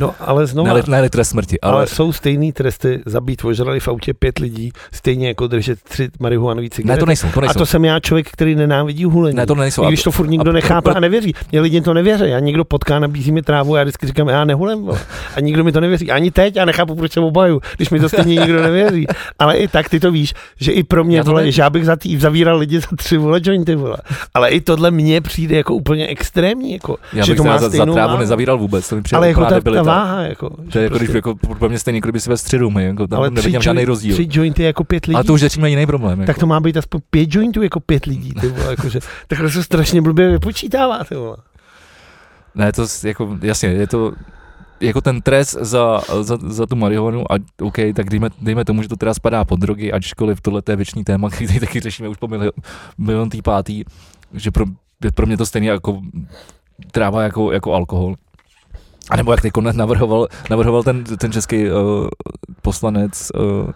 [SPEAKER 2] No, ale znovu.
[SPEAKER 1] Ne,
[SPEAKER 2] Ale,
[SPEAKER 1] ne, ne, trest smrti, ale,
[SPEAKER 2] ale jsou stejný tresty zabít ožrali v autě pět lidí, stejně jako držet tři marihuanový
[SPEAKER 1] ne,
[SPEAKER 2] cigarety.
[SPEAKER 1] to nejsou, to
[SPEAKER 2] a
[SPEAKER 1] nejsou.
[SPEAKER 2] to jsem já člověk, který nenávidí hulení.
[SPEAKER 1] ne, to nejsou.
[SPEAKER 2] I
[SPEAKER 1] A
[SPEAKER 2] když to furt nikdo
[SPEAKER 1] a-
[SPEAKER 2] nechápe a nevěří. Mě lidi to nevěří. Já někdo potká, nabízí mi trávu a já vždycky říkám, já nehulem. vole. A nikdo mi to nevěří. Ani teď a nechápu, proč se obaju, když mi to stejně nikdo nevěří. Ale i tak ty to víš, že i pro mě,
[SPEAKER 1] Já to
[SPEAKER 2] vole,
[SPEAKER 1] nevím.
[SPEAKER 2] že já bych za tý, zavíral lidi za tři vole jointy, vole. Ale i tohle mně přijde jako úplně extrémní. Jako,
[SPEAKER 1] já
[SPEAKER 2] že
[SPEAKER 1] bych
[SPEAKER 2] to má
[SPEAKER 1] za, za
[SPEAKER 2] stejnou
[SPEAKER 1] trávu
[SPEAKER 2] váhu.
[SPEAKER 1] nezavíral vůbec, to mi přijde
[SPEAKER 2] ale jako
[SPEAKER 1] úplná
[SPEAKER 2] ta, ta
[SPEAKER 1] debilita.
[SPEAKER 2] váha. Jako,
[SPEAKER 1] to je
[SPEAKER 2] že
[SPEAKER 1] jako, když
[SPEAKER 2] prostě-
[SPEAKER 1] jako, pro mě stejný, kdyby si ve středu, my, jako, tam
[SPEAKER 2] ale tři
[SPEAKER 1] nevidím žádný
[SPEAKER 2] joint-
[SPEAKER 1] rozdíl.
[SPEAKER 2] Tři jointy jako pět lidí.
[SPEAKER 1] ale to už řešíme jiný problém. Jako.
[SPEAKER 2] tak to má být aspoň pět jointů jako pět lidí, ty vole, jakože, takhle se strašně blbě vypočítává, ty vole.
[SPEAKER 1] Ne, to s- jako, jasně, je to jako ten trest za, za, za tu marihuanu a OK, tak dejme, dejme tomu, že to teda spadá pod drogy, ačkoliv tohle to je věčný téma, který taky řešíme už po milion, milion tý pátý, že pro, je pro mě to stejně jako tráva jako, jako alkohol. A nebo jak teď navrhoval, navrhoval ten, ten český uh, poslanec uh,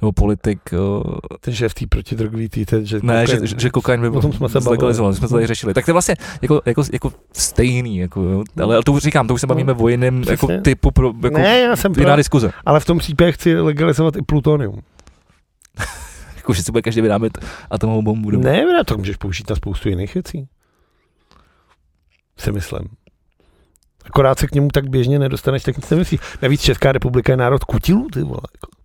[SPEAKER 1] nebo politik, uh,
[SPEAKER 2] Ten šéf tý protidrogový tý, ten, že...
[SPEAKER 1] ne, že,
[SPEAKER 2] kokain-
[SPEAKER 1] že, že kokain by
[SPEAKER 2] O tom jsme se bavili.
[SPEAKER 1] zlegalizovali, jsme to tady řešili. Tak to je vlastně jako, jako, jako stejný, jako, jo. ale ale to už říkám, to už se bavíme o jiném jako,
[SPEAKER 2] No, Přesně.
[SPEAKER 1] typu, pro, jako,
[SPEAKER 2] ne, já jsem pro,
[SPEAKER 1] jiná diskuze.
[SPEAKER 2] ale v tom případě chci legalizovat i plutonium.
[SPEAKER 1] Jako, že si bude každý vyrábět atomovou bombu. nebo-
[SPEAKER 2] Ne, ne, to můžeš použít na spoustu jiných věcí. Si myslím. Akorát se k němu tak běžně nedostaneš, tak nic nemyslíš. Navíc Česká republika je národ kutilů, ty vole.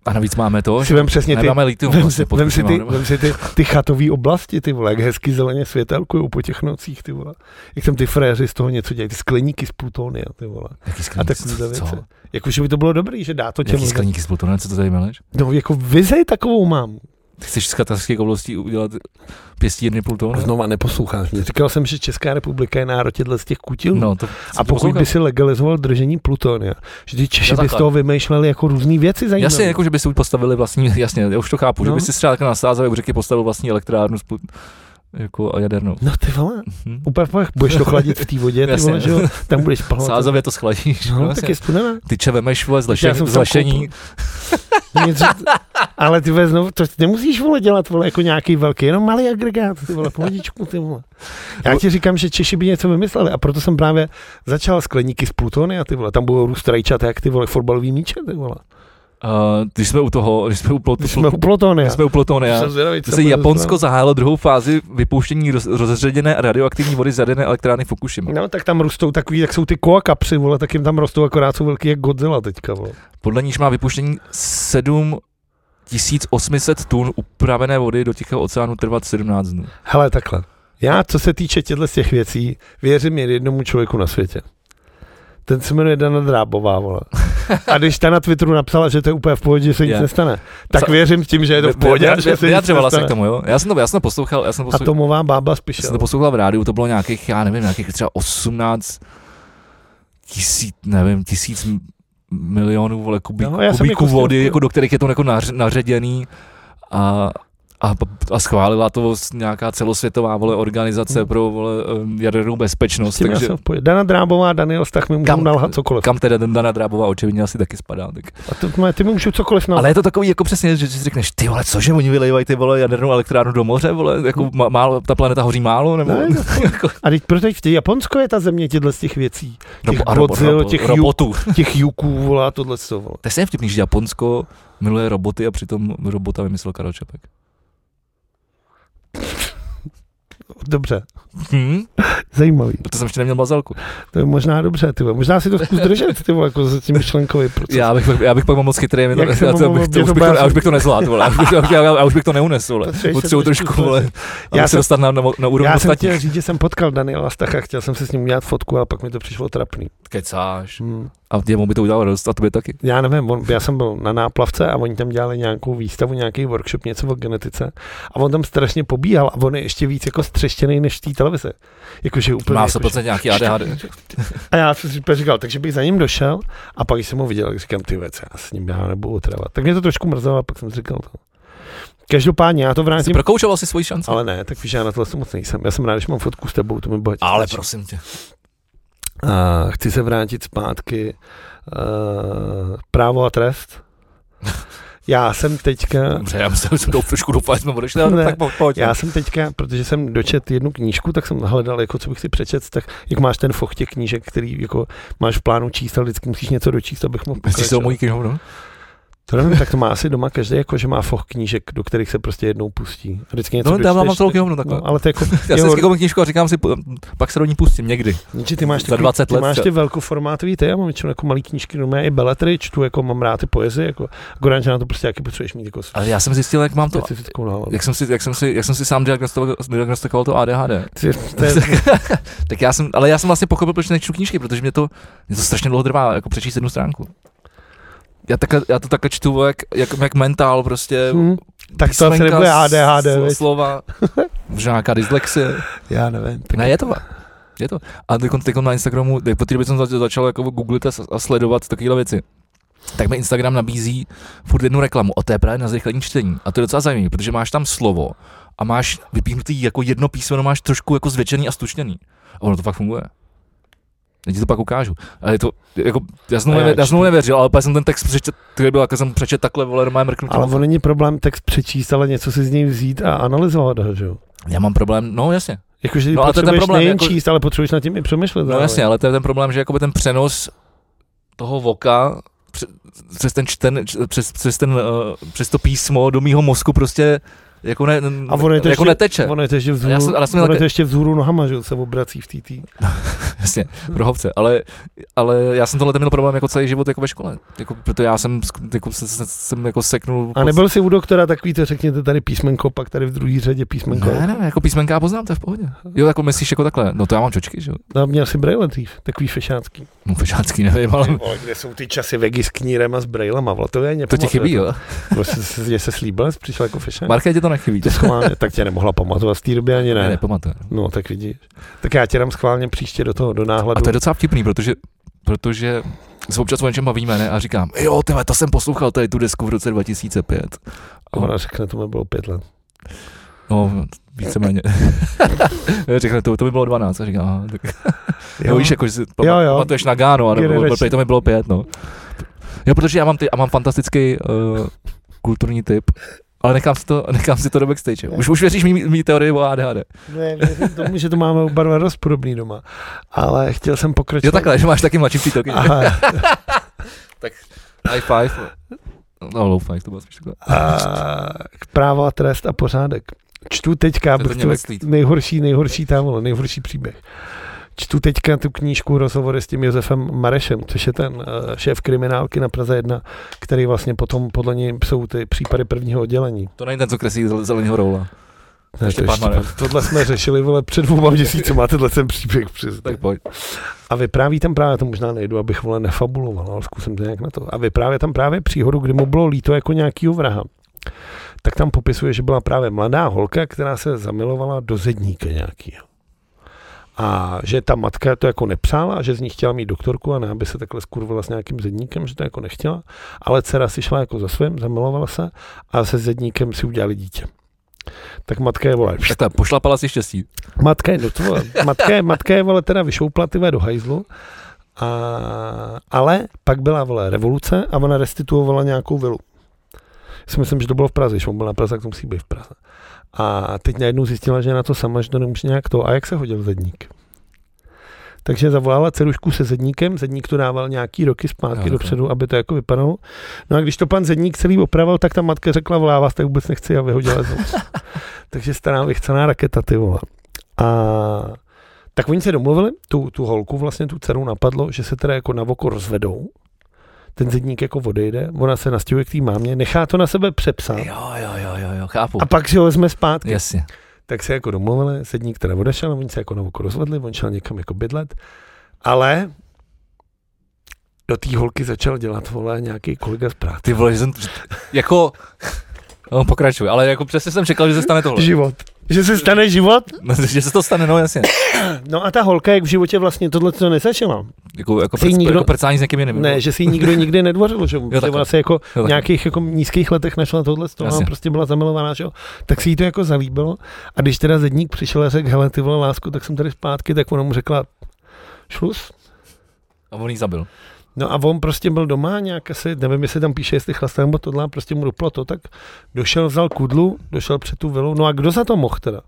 [SPEAKER 1] A navíc máme to,
[SPEAKER 2] To
[SPEAKER 1] že
[SPEAKER 2] si vem přesně ty,
[SPEAKER 1] nemáme litium
[SPEAKER 2] vem,
[SPEAKER 1] vlastně
[SPEAKER 2] si,
[SPEAKER 1] pod
[SPEAKER 2] vem, si ty,
[SPEAKER 1] kutilama, nebo-
[SPEAKER 2] vem si ty, ty chatové oblasti, ty vole, jak hezky zeleně světelkujou po těch nocích, ty vole. Jak tam ty fréři z toho něco dělají, ty skleníky z plutonia, ty vole.
[SPEAKER 1] Jaký
[SPEAKER 2] A
[SPEAKER 1] skleník,
[SPEAKER 2] takové
[SPEAKER 1] co?
[SPEAKER 2] věci. Jakože by to bylo dobrý, že dá to těm
[SPEAKER 1] Jaký
[SPEAKER 2] lidem.
[SPEAKER 1] skleníky z Plutona, co to tady mileš?
[SPEAKER 2] No jako vizej takovou mám.
[SPEAKER 1] Ty chceš z katarských oblastí udělat pěstírny Plutona?
[SPEAKER 2] Znova neposloucháš mě. Říkal jsem, že Česká republika je národ těchto z těch kutilů.
[SPEAKER 1] No, to,
[SPEAKER 2] A pokud by si legalizoval držení plutonia, že ty Češi
[SPEAKER 1] Jo,
[SPEAKER 2] by z
[SPEAKER 1] takhle.
[SPEAKER 2] toho vymýšleli jako různé věci zajímavé.
[SPEAKER 1] Jasně, jako, že by si postavili vlastní, jasně, já už to chápu, že
[SPEAKER 2] No.
[SPEAKER 1] by si třeba takhle nasázel, jak řekl, postavil vlastní elektrárnu s plut, jako a jadernou.
[SPEAKER 2] No ty vole,
[SPEAKER 1] Hm?
[SPEAKER 2] úplně pak budeš to chladit v té vodě, ty
[SPEAKER 1] Jasně.
[SPEAKER 2] vole, že jo, tam budeš palovat.
[SPEAKER 1] Sázavě to schladíš.
[SPEAKER 2] No,
[SPEAKER 1] jasně.
[SPEAKER 2] tak je studená.
[SPEAKER 1] Ty če vemeš, vole,
[SPEAKER 2] Já jsem
[SPEAKER 1] zlešení,
[SPEAKER 2] tam
[SPEAKER 1] zlešení
[SPEAKER 2] Něco, ale ty vole, znovu, to nemusíš vole dělat, vole, jako nějaký velký, jenom malý agregát, ty vole, pohodičku, ty vole. Já ti říkám, že Češi by něco vymysleli a proto jsem právě začal skleníky z plutonia, ty vole, tam budou růst rajčata, jak ty vole, fotbalový míče, ty vole.
[SPEAKER 1] Uh, když jsme u toho, když jsme u, plotu,
[SPEAKER 2] Když jsme u plutonia.
[SPEAKER 1] když jsme u Plutonia,
[SPEAKER 2] Jsem zvědavý, co
[SPEAKER 1] se
[SPEAKER 2] bude
[SPEAKER 1] Japonsko
[SPEAKER 2] dostat.
[SPEAKER 1] zahájilo druhou fázi vypouštění roz, rozředěné a radioaktivní vody z jaderné elektrárny Fukushima.
[SPEAKER 2] No, tak tam rostou takový, jak jsou ty koakapři, vole, tak jim tam rostou akorát jsou velký jak Godzilla teďka, vole.
[SPEAKER 1] Podle níž má vypuštění 7 1800 tun upravené vody do Tichého oceánu trvat 17 dnů.
[SPEAKER 2] Hele, takhle. Já, co se týče těchto z těch věcí, věřím jen jednomu člověku na světě. Ten se jmenuje Dana Drábová, vole. A když ta na Twitteru napsala, že to je úplně v pohodě, že se nic
[SPEAKER 1] Je.
[SPEAKER 2] nestane, tak
[SPEAKER 1] Co-
[SPEAKER 2] věřím tím, že je to v pohodě,
[SPEAKER 1] Vyjadřovala-
[SPEAKER 2] že se nic
[SPEAKER 1] Vyjadřovala se
[SPEAKER 2] nestane.
[SPEAKER 1] k tomu, jo? Já jsem to, já jsem to poslouchal, já jsem to poslouchal,
[SPEAKER 2] Atomová bába
[SPEAKER 1] já
[SPEAKER 2] spíš.
[SPEAKER 1] jsem to poslouchal v rádiu, to bylo nějakých, já nevím, nějakých třeba 18 tisíc, nevím, tisíc m- milionů vole, kubík,
[SPEAKER 2] No,
[SPEAKER 1] no,
[SPEAKER 2] já jsem
[SPEAKER 1] kubíků
[SPEAKER 2] jako
[SPEAKER 1] vody,
[SPEAKER 2] slyšel.
[SPEAKER 1] jako do kterých je to jako nař- naředěný a, a, a schválila to s- nějaká celosvětová vole, organizace
[SPEAKER 2] Hmm.
[SPEAKER 1] pro vole, em, jadernou bezpečnost,
[SPEAKER 2] Takže...
[SPEAKER 1] takže
[SPEAKER 2] Jsem v pohodě. Dana Drábová, Daniel Stach, my můžeme
[SPEAKER 1] Kam-
[SPEAKER 2] nalhat cokoliv.
[SPEAKER 1] kam teda ten Dana Drábová očividně asi taky spadá. Tak.
[SPEAKER 2] A to, má- ty mi můžu cokoliv nalhat.
[SPEAKER 1] Ale je to takový jako přesně, že si řekneš, ty vole, cože, oni vylejvají ty vole jadernou elektrárnu do moře, vole, jako ma, málo, ta planeta hoří málo, nebo...
[SPEAKER 2] Hmm.
[SPEAKER 1] jako
[SPEAKER 2] Ne, no. A teď proto v té Japonsko je ta země těchto z těch věcí, těch
[SPEAKER 1] a robo-
[SPEAKER 2] Godzilla,
[SPEAKER 1] robo-
[SPEAKER 2] těch Ju-
[SPEAKER 1] robotů.
[SPEAKER 2] těch juků, vole, a tohle to, vole.
[SPEAKER 1] To je vtipný, že Japonsko miluje roboty a přitom robota vymyslel Karel Čapek.
[SPEAKER 2] Dobře,
[SPEAKER 1] Hm?
[SPEAKER 2] zajímavý.
[SPEAKER 1] Proto jsem ještě neměl bazalku.
[SPEAKER 2] To je možná dobře, ty vole. Možná si to zkus držet, ty vole, jako za tím myšlenkový proces.
[SPEAKER 1] Já bych, já bych pak byl moc chytrý, já,
[SPEAKER 2] Jak
[SPEAKER 1] to,
[SPEAKER 2] se
[SPEAKER 1] já, to,
[SPEAKER 2] mám
[SPEAKER 1] bych, to,
[SPEAKER 2] mluvit,
[SPEAKER 1] už
[SPEAKER 2] to
[SPEAKER 1] bych to,
[SPEAKER 2] bázen.
[SPEAKER 1] já už bych to nezvládl, vole. Já, už bych, to- já, já, už bych to neunesl, vole.
[SPEAKER 2] Potřebuješ se
[SPEAKER 1] Potřebuji
[SPEAKER 2] trošku
[SPEAKER 1] trošku, vole,
[SPEAKER 2] Já
[SPEAKER 1] abych se
[SPEAKER 2] jsem,
[SPEAKER 1] dostat na, na, na úroveň
[SPEAKER 2] já jsem
[SPEAKER 1] ostatních.
[SPEAKER 2] chtěl říct, že jsem potkal Daniela Stacha, chtěl jsem si s ním udělat fotku, ale pak mi to přišlo trapný.
[SPEAKER 1] Kecáš.
[SPEAKER 2] Hmm.
[SPEAKER 1] A jemu by to udělalo radost a tobě taky.
[SPEAKER 2] Já nevím, on, já jsem byl na náplavce a oni tam dělali nějakou výstavu, nějaký workshop, něco o genetice a on tam strašně pobíhal a on je ještě víc jako střeštěný než v té televize. Jakože úplně, jako
[SPEAKER 1] Má
[SPEAKER 2] jakože-
[SPEAKER 1] 100% nějaký ADHD.
[SPEAKER 2] A já jsem si úplně říkal, takže bych za ním došel a pak když jsem ho viděl, tak říkám, ty věci, já s ním já nebudu trávat. Tak mě to trošku mrzelo a pak jsem si říkal to. Každopádně já to
[SPEAKER 1] Jsi
[SPEAKER 2] vrátím,
[SPEAKER 1] prokoušel asi svoji šanci.
[SPEAKER 2] ale ne, tak víš, já na tohle moc nejsem. Já jsem rád, že mám fotku s tebou, to mi bohatí.
[SPEAKER 1] Ale
[SPEAKER 2] stačí.
[SPEAKER 1] prosím tě.
[SPEAKER 2] A chci se vrátit zpátky. Uh, právo a trest. Já jsem teďka,
[SPEAKER 1] Dobře, já myslím, že jsem trošku doufal, že jsme odešli,
[SPEAKER 2] Ne.
[SPEAKER 1] ale tak po- pojď. no.
[SPEAKER 2] já jsem teďka, protože jsem dočet jednu knížku, tak jsem hledal, jako co bych si přečet, tak jak máš ten foch těch knížek, který jako máš v plánu číst, ale vždycky musíš něco dočíst, abych mohl
[SPEAKER 1] Myslíš se o
[SPEAKER 2] pokračovat.
[SPEAKER 1] mojí knihu, no?
[SPEAKER 2] To nevím, tak to má asi doma každý, jako že má foch knížek, do kterých se prostě jednou pustí. A vždycky něco
[SPEAKER 1] No, dávám mám
[SPEAKER 2] dočteš,
[SPEAKER 1] celou
[SPEAKER 2] tak-
[SPEAKER 1] knihu, takhle.
[SPEAKER 2] No, ale to jako,
[SPEAKER 1] Já si
[SPEAKER 2] jo,
[SPEAKER 1] vždycky koupím knížku a říkám si, po- pak se do ní pustím někdy.
[SPEAKER 2] Jenže ty máš
[SPEAKER 1] Za
[SPEAKER 2] takový,
[SPEAKER 1] 20 let
[SPEAKER 2] ty máš
[SPEAKER 1] třeba.
[SPEAKER 2] ty velkoformátový, ty já mám většinou jako malý knížky, no já i beletry, čtu, jako mám rád ty poezie, jako, akorát, že na to prostě taky potřebuješ mít jako
[SPEAKER 1] Ale já jsem zjistil, jak mám to,
[SPEAKER 2] specifickou náladu.
[SPEAKER 1] jak jsem si, jak jsem si, jak jsem si sám diagnostikoval, diagnostikoval to ADHD.
[SPEAKER 2] Ty, to je,
[SPEAKER 1] tak já jsem, ale já jsem vlastně pochopil, proč nečtu knížky, protože mě to, mě to strašně dlouho trvá, jako přečíst jednu stránku. Já, takhle, já to takhle čtu, jak, jak, jak mentál prostě.
[SPEAKER 2] hm, tak to asi
[SPEAKER 1] písmenka,
[SPEAKER 2] nebude ADHD,
[SPEAKER 1] slo-
[SPEAKER 2] veď?
[SPEAKER 1] Slova, možná nějaká dyslexie.
[SPEAKER 2] Já nevím. Tak,
[SPEAKER 1] Ne, je to. Je to. A teď, teď na Instagramu, teď po té době jsem zač- začal jako googlit a, s- a sledovat takovéhle věci. Tak mi Instagram nabízí furt jednu reklamu a to je právě na zrychlení čtení. A to je docela zajímavé, protože máš tam slovo a máš vypínutý jako jedno písmeno, máš trošku jako zvětšený a stušněný. A ono to fakt funguje. Já ti to pak ukážu. Ale je to, jako, já jsem
[SPEAKER 2] A
[SPEAKER 1] tomu
[SPEAKER 2] já
[SPEAKER 1] nevě- já
[SPEAKER 2] čtu.
[SPEAKER 1] jsem tomu nevěřil, ale pak jsem ten text přečet, který byl, jako jsem přečet takhle, vole, normálně mrknutí.
[SPEAKER 2] ale on není problém text přečíst, ale něco si z něj vzít a analyzovat ho, že jo?
[SPEAKER 1] Já mám problém, no jasně,
[SPEAKER 2] Jakože
[SPEAKER 1] No,
[SPEAKER 2] no,
[SPEAKER 1] ale to je ten
[SPEAKER 2] potřebuješ
[SPEAKER 1] problém,
[SPEAKER 2] nejen
[SPEAKER 1] jako-
[SPEAKER 2] číst, ale potřebuješ nad tím i přemýšlet.
[SPEAKER 1] No jasně, ale to je ten problém, že jakoby ten přenos toho voka pře- přes ten, čten, č- přes, přes, ten, eh, přes to písmo do mýho mozku prostě jako, ne,
[SPEAKER 2] A ono je to
[SPEAKER 1] jako
[SPEAKER 2] ještě-
[SPEAKER 1] neteče.
[SPEAKER 2] Ono je to ještě
[SPEAKER 1] A
[SPEAKER 2] vzhůru,
[SPEAKER 1] já jsem- ale jsem měl
[SPEAKER 2] ono je
[SPEAKER 1] také-
[SPEAKER 2] to ještě vzhůru nohama, že jo, se obrací v TT.
[SPEAKER 1] Já přesně, pro hovce. Ale, ale já jsem tohle měl problém jako celý život jako ve škole. Jako, proto já jsem, sk- jako, se, se, jsem jako seknul.
[SPEAKER 2] A nebyl jsi u doktora takový, to řekněte tady písmenko, pak tady v druhý řadě písmenko.
[SPEAKER 1] Ne, ne, jako písmenka a poznámka v pohodě. Jo, jako myslíš jako takhle. No to já mám čočky, že jo.
[SPEAKER 2] A měl si brejle dřív, takový fešácký.
[SPEAKER 1] No fešácký nevím, ale
[SPEAKER 2] Ty vole, kde jsou ty časy vegy s knírem a s brejlema, vole, to je
[SPEAKER 1] to ti chybí, jo.
[SPEAKER 2] Prostě mě se slíbil, jsi přišel jako fešák.
[SPEAKER 1] Marké tě to nechybí.
[SPEAKER 2] To schválně, tak tě nemohla pamatovat z té doby ani ne.
[SPEAKER 1] nepamatuju.
[SPEAKER 2] No, tak vidíš. Tak já tě dám schválně příště do toho, do náhledu.
[SPEAKER 1] A to je docela vtipný, protože, protože se občas o něčem bavíme, ne? A říkám, jo, tyhle, to jsem poslouchal tady tu desku v roce 2005.
[SPEAKER 2] A ona řekne, to mi bylo pět let.
[SPEAKER 1] No, víceméně. Řekne, to, to by bylo 12. A říkám, aha, tak jo. víš, jako, že si pam-
[SPEAKER 2] Jo, jo.
[SPEAKER 1] pamatuješ na Gáno, nebo
[SPEAKER 2] Generační.
[SPEAKER 1] Play, to mi bylo pět, no. Jo, protože já mám, ty, a mám fantastický uh, kulturní typ, ale nechám si to, nechám si to do backstage. jo. Už, už věříš mý, mý teorii o ADHD.
[SPEAKER 2] Ne, věřím tomu, že to máme oba dva dost podobný doma. Ale chtěl jsem pokračovat.
[SPEAKER 1] Jo takhle, že máš taky mladší přítelky.
[SPEAKER 2] Aha,
[SPEAKER 1] High five. No, low five, to bylo spíš takhle.
[SPEAKER 2] a, práva, trest a pořádek. Čtu teďka,
[SPEAKER 1] To je to
[SPEAKER 2] prostě
[SPEAKER 1] německý.
[SPEAKER 2] nejhorší, nejhorší tam, vole, nejhorší příběh. Čtu teďka tu knížku rozhovory s tím Josefem Marešem, což je ten uh, šéf kriminálky na Praze 1, který vlastně potom podle něj jsou ty případy prvního oddělení.
[SPEAKER 1] To není ten, co kreslí zel- zeleného roula.
[SPEAKER 2] Ne,
[SPEAKER 1] Ještě
[SPEAKER 2] to
[SPEAKER 1] pár
[SPEAKER 2] ještě,
[SPEAKER 1] marev.
[SPEAKER 2] tohle jsme řešili vole, před dvouma měsíci, máte tenhle ten příběh přes.
[SPEAKER 1] Tak pojď.
[SPEAKER 2] A vypráví tam právě, to možná nejdu, abych vole nefabuloval, ale zkusím to nějak na to. A vypráví tam právě příhodu, kdy mu bylo líto jako nějakýho vraha. Tak tam popisuje, že byla právě mladá holka, která se zamilovala do zedníka nějakýho. A že ta matka to jako nepřála, a že z ní chtěla mít doktorku a ne, aby se takhle skurvila s nějakým zedníkem, že to jako nechtěla. Ale dcera si šla jako za svým, zamilovala se a se zedníkem si udělali dítě. Tak matka je volá,
[SPEAKER 1] Tak ta pošlapala si štěstí.
[SPEAKER 2] Matka je, docela, matka je, matka je vole, teda vyšoupla ty vole, do hajzlu. A, ale pak byla vole, revoluce a ona restituovala nějakou vilu. Já si myslím, že to bylo v Praze, když on byl na Praze, tak to musí být v Praze. A teď najednou zjistila, že je na to sama, že to nemůže nějak to. A jak se hodil zedník? Takže zavolala cerušku se zedníkem, zedník to dával nějaký roky
[SPEAKER 1] Jo,
[SPEAKER 2] zpátky
[SPEAKER 1] takhle.
[SPEAKER 2] dopředu, aby to jako vypadalo. No a když to pan zedník celý opravil, tak ta matka řekla, volá vás, tak vůbec nechci a vyhodila to. Takže stará vychcená raketa, ty vole. A tak oni se domluvili, tu, tu holku, vlastně tu dceru napadlo, že se teda jako na oko rozvedou. Ten zedník jako odejde, ona se nastěhuje k té mámě, nechá to na sebe přepsat.
[SPEAKER 1] Jo, jo, jo, jo, jo, chápu.
[SPEAKER 2] A pak si ho vezme zpátky.
[SPEAKER 1] Jasně.
[SPEAKER 2] Tak se jako domluvili, sedník teda odešel, oni se jako na oko rozvedli, on šel někam jako bydlet, ale do té holky začal dělat, vole, nějaký kolega z práce.
[SPEAKER 1] Ty vole, že jsem, že- jako, no, pokračuj, ale jako přesně jsem čekal, že se stane tohle.
[SPEAKER 2] Život. Že se stane život?
[SPEAKER 1] No, že se to stane, no jasně.
[SPEAKER 2] No a ta holka, jak v životě vlastně tohle to nezačala.
[SPEAKER 1] Jako, jako,
[SPEAKER 2] Jsi
[SPEAKER 1] prc,
[SPEAKER 2] nikdo-
[SPEAKER 1] jako prcání s někým jiným.
[SPEAKER 2] Ne, že si ji nikdo nikdy nedvořil, že, že
[SPEAKER 1] takhle.
[SPEAKER 2] ona se jako
[SPEAKER 1] Jo,
[SPEAKER 2] v
[SPEAKER 1] tak.
[SPEAKER 2] nějakých jako nízkých letech našla tohle stolo a
[SPEAKER 1] Jasně.
[SPEAKER 2] prostě byla zamilovaná, že jo. Tak si jí to jako zalíbilo. A když teda zedník přišel a řekl, hele, ty vole lásku, tak jsem tady zpátky, tak ona mu řekla, šlus.
[SPEAKER 1] A on jí zabil.
[SPEAKER 2] No a on prostě byl doma nějak asi, nevím, jestli tam píše, jestli chlastá nebo tohle, a prostě mu doplo to, tak došel, vzal kudlu, došel před tu vilu, no a kdo za to mohl teda?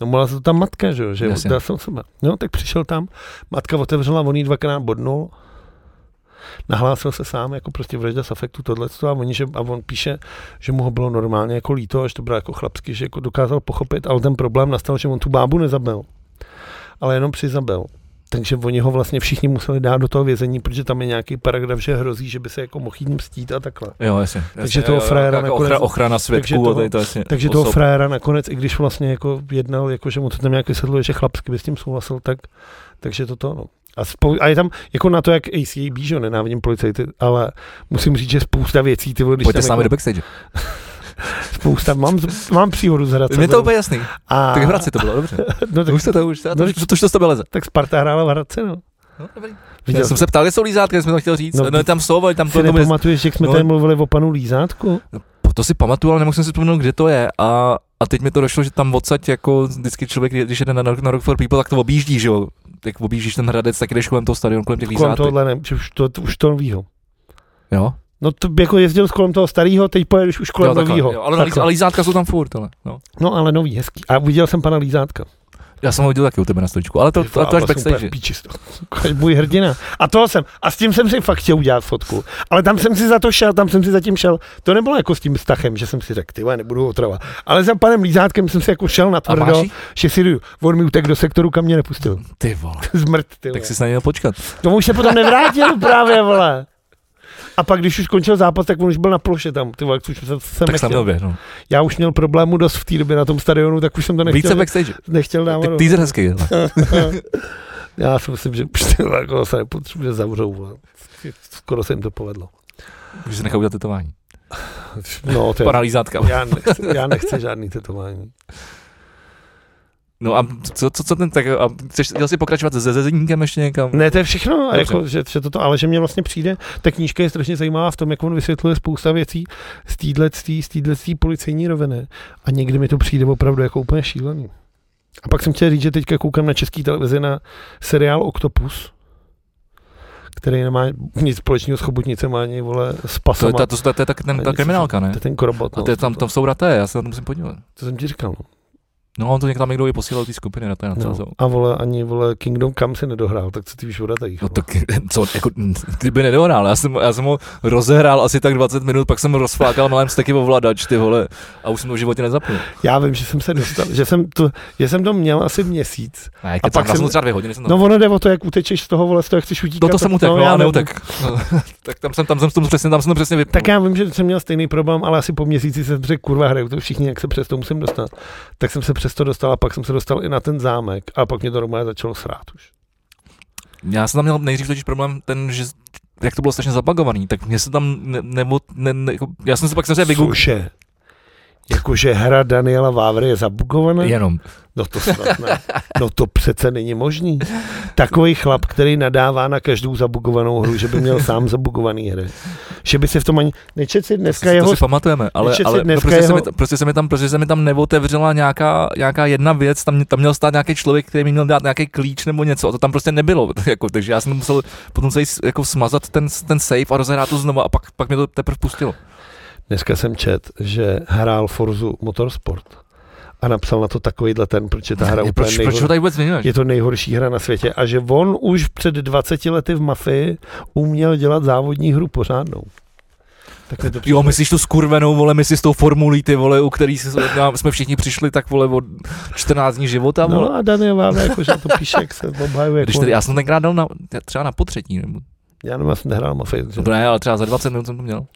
[SPEAKER 2] No mohla to tam matka, že jo, že
[SPEAKER 1] Jasně.
[SPEAKER 2] já jsem sebe. No tak přišel tam, matka otevřela, on jí dvakrát bodnul, nahlásil se sám, jako prostě vražda z afektu, tohleto a, oni, že, a on píše, že mu ho bylo normálně jako líto, až to bylo jako chlapsky, že jako dokázal pochopit, ale ten problém nastal, že on tu bábu nezabil, ale jenom přizabil. Takže oni ho vlastně všichni museli dát do toho vězení, protože tam je nějaký paragraf, že hrozí, že by se jako mohl jít mstít a takhle.
[SPEAKER 1] Jo, jasně. jasně,
[SPEAKER 2] toho
[SPEAKER 1] jo, jo,
[SPEAKER 2] frajera
[SPEAKER 1] jako
[SPEAKER 2] nakonec-
[SPEAKER 1] ochra, ochrana svědků
[SPEAKER 2] toho-
[SPEAKER 1] a tady to jasně.
[SPEAKER 2] Takže toho
[SPEAKER 1] osob.
[SPEAKER 2] frajera nakonec, i když vlastně jako jednal, jako že mu to tam nějak vysvětluje, že chlapsky by s tím souhlasil, tak, takže toto no. A, spou- a, je tam, jako na to, jak ACAB, že jo, nenávidím policajty, ale musím říct, že spousta věcí, ty vole, když
[SPEAKER 1] Pojďte s
[SPEAKER 2] tam
[SPEAKER 1] námi
[SPEAKER 2] jako,
[SPEAKER 1] do backstage.
[SPEAKER 2] spousta, mám, z- mám příhodu z Hradce.
[SPEAKER 1] Mně to úplně jasný.
[SPEAKER 2] a,
[SPEAKER 1] Tak v Hradci to bylo, dobře.
[SPEAKER 2] no, tak,
[SPEAKER 1] Už se to, už se to,
[SPEAKER 2] No,
[SPEAKER 1] už to, už to z tebe leze.
[SPEAKER 2] tak Sparta hrála v Hradci, no.
[SPEAKER 1] No, dobrý. Já
[SPEAKER 2] Viděl
[SPEAKER 1] jsem
[SPEAKER 2] jsem
[SPEAKER 1] se ptal, jestli jsou lízátka, jsem to chtěl říct.
[SPEAKER 2] No,
[SPEAKER 1] No, tam jsou, ale tam
[SPEAKER 2] si
[SPEAKER 1] to nebude
[SPEAKER 2] nepamatuješ, jak jsme
[SPEAKER 1] no.
[SPEAKER 2] tady mluvili o panu Lízátku?
[SPEAKER 1] Po- To si pamatuju, ale nemusím si vzpomenout, kde to je. A, a teď mi to došlo, že tam odsaď jako vždycky člověk, když jede na, na, na Rock for People, tak to objíždí, že jo. Tak objíždíš ten hradec, tak jdeš kolem toho stadionu, kolem těch
[SPEAKER 2] Kolem
[SPEAKER 1] lízátek.
[SPEAKER 2] tohohle ne, že už to, to, už to novýho.
[SPEAKER 1] Jo?
[SPEAKER 2] No to by jako jezdil kolem toho starého, teď pojedeš už kolem
[SPEAKER 1] jo, takhle,
[SPEAKER 2] novýho.
[SPEAKER 1] jo, ale, na líz, ale lízátka jsou tam furt, ale. No.
[SPEAKER 2] No ale nový, hezký. A viděl jsem pana Lízátka.
[SPEAKER 1] Já jsem ho viděl taky u tebe na stoličku, ale to,
[SPEAKER 2] Je
[SPEAKER 1] to, to, to až
[SPEAKER 2] ale super
[SPEAKER 1] backstage.
[SPEAKER 2] Píči, to je můj hrdina. A to jsem, a s tím jsem si fakt chtěl udělat fotku. Ale tam jsem si za to šel, tam jsem si zatím šel. To nebylo jako s tím stachem, že jsem si řekl, ty vole, nebudu otrava. Ale za panem Lízátkem jsem si jako šel na
[SPEAKER 1] A máš
[SPEAKER 2] tvrdo,
[SPEAKER 1] jí?
[SPEAKER 2] že si jdu. On mi utek do sektoru, kam mě nepustil.
[SPEAKER 1] Ty vole,
[SPEAKER 2] Zmrt, ty vole.
[SPEAKER 1] tak si na něj počkat.
[SPEAKER 2] Tomu už se potom nevrátil právě, vole. A pak, když už skončil zápas, tak on už byl na ploše tam, ty vole, což jsem, jsem
[SPEAKER 1] Tak jsem
[SPEAKER 2] nechtěl.
[SPEAKER 1] měl běh, no.
[SPEAKER 2] Já už měl problémů dost v té době na tom stadionu, tak už jsem to
[SPEAKER 1] Více
[SPEAKER 2] nechtěl, No,
[SPEAKER 1] backstage.
[SPEAKER 2] nechtěl dávat.
[SPEAKER 1] Tak
[SPEAKER 2] do-
[SPEAKER 1] teaser hezký. hele.
[SPEAKER 2] Já si myslím, že už ty vole, jako se nepotřebuje zavřou. vole. Skoro se jim to povedlo.
[SPEAKER 1] Můžu si nechat udělat tetování.
[SPEAKER 2] No, to je,
[SPEAKER 1] Paralýzátka.
[SPEAKER 2] já, nechci, já nechci žádný tetování.
[SPEAKER 1] No a co, co, co ten, tak a chceš, chtěl jsi pokračovat se zezeníkem ještě někam?
[SPEAKER 2] Ne, to je všechno, a
[SPEAKER 1] Hmm. Dobře.
[SPEAKER 2] jako, že, že toto, ale že mě vlastně přijde, ta knížka je strašně zajímavá v tom, jak on vysvětluje spousta věcí z týdletství, z týdletství policejní roviny. A někdy mi to přijde opravdu jako úplně šílený. A pak jsem chtěl říct, že teďka koukám na český televizi na seriál Octopus, který nemá nic společného s chobotnicem ani vole s
[SPEAKER 1] To je,
[SPEAKER 2] pasama.
[SPEAKER 1] ta, to, to, to je tak ten, ta kriminálka, ne?
[SPEAKER 2] To je ten korobot.
[SPEAKER 1] A to je tam, tam jsou raté, já se na to musím podívat.
[SPEAKER 2] To jsem ti říkal. No.
[SPEAKER 1] No, on to někdo tam někdo i posílal do té skupiny raté na
[SPEAKER 2] No.
[SPEAKER 1] celou.
[SPEAKER 2] A vole, ani vole Kingdom Come se nedohrál, tak co ty víš o datech?
[SPEAKER 1] No tak, co, jako, mm, kdyby nedohrál, já jsem, já jsem ho rozehrál asi tak 20 minut, pak jsem rozflákal malém steky ovladač, ty vole, a už jsem to v životě nezapnul.
[SPEAKER 2] Já vím, že jsem se dostal, že jsem to, že jsem to měl asi měsíc.
[SPEAKER 1] Ne, a
[SPEAKER 2] pak
[SPEAKER 1] pak jsem
[SPEAKER 2] jsem-
[SPEAKER 1] to třeba dvě hodiny, jsem to
[SPEAKER 2] No ono jde o to, jak utečeš z toho, vole, z toho, jak chceš utíkat.
[SPEAKER 1] Do to jsem
[SPEAKER 2] tak-
[SPEAKER 1] utekl, no,
[SPEAKER 2] já
[SPEAKER 1] ale
[SPEAKER 2] nevím.
[SPEAKER 1] neutek. tak tam jsem, tam jsem, tam přesně, tam jsem to přesně vypnul.
[SPEAKER 2] Tak já vím, že jsem měl stejný problém, ale asi po měsíci jsem řekl, kurva, hrajou to všichni, jak se přes to musím dostat. Tak jsem se přes to dostal a pak jsem se dostal i na ten zámek a pak mě to normálně začalo srát už.
[SPEAKER 1] Já jsem tam měl nejdřív totiž problém ten, že jak to bylo strašně zabagovaný, tak mě se tam ne, nebo, ne, ne, jako, já jsem se pak samozřejmě vygooglil.
[SPEAKER 2] Cože? Jakože hra Daniela Vávry je zabugovaná?
[SPEAKER 1] Jenom.
[SPEAKER 2] No to snad ne. No to přece není možný. Takový chlap, který nadává na každou zabugovanou hru, že by měl sám zabugovaný hry. Že by se v tom ani... Nečet si
[SPEAKER 1] To
[SPEAKER 2] dneska
[SPEAKER 1] si,
[SPEAKER 2] jeho...
[SPEAKER 1] to si pamatujeme, ale,
[SPEAKER 2] Ještě si
[SPEAKER 1] ale no,
[SPEAKER 2] dneska
[SPEAKER 1] prostě, se
[SPEAKER 2] jeho-
[SPEAKER 1] mi, ta- prostě, se mi tam, prostě se mi tam neotevřela nějaká, nějaká jedna věc, tam, tam měl stát nějaký člověk, který mi měl dát nějaký klíč nebo něco a to tam prostě nebylo, jako, takže já jsem musel potom celý s- jako smazat ten, ten save a rozehrát to znovu a pak, pak mě to teprve pustilo.
[SPEAKER 2] Dneska jsem čet, že hrál Forzu Motorsport a napsal na to takovýhle ten, proč je ta hra
[SPEAKER 1] Je,
[SPEAKER 2] úplně
[SPEAKER 1] proč, proč ho
[SPEAKER 2] nejhorší.
[SPEAKER 1] tady vůbec zmiňuješ?
[SPEAKER 2] Je to nejhorší hra na světě a že on už před 20 lety v mafii uměl dělat závodní hru pořádnou. Tak mi to
[SPEAKER 1] Jo, myslíš tu skurvenou, vole, myslíš s tou formulí, ty vole, u který se- nám- jsme všichni přišli, tak vole, od 14 dní života, vole.
[SPEAKER 2] No a Daniel Vávra, jakože to píše, jak se obhajuje.
[SPEAKER 1] Když
[SPEAKER 2] jako-
[SPEAKER 1] tady, já jsem tenkrát dal na, třeba na potřetí, nebo,
[SPEAKER 2] Já nevím, já jsem nehrál mafii, takže
[SPEAKER 1] nebo ne, ale třeba za 20 minut jsem to měl.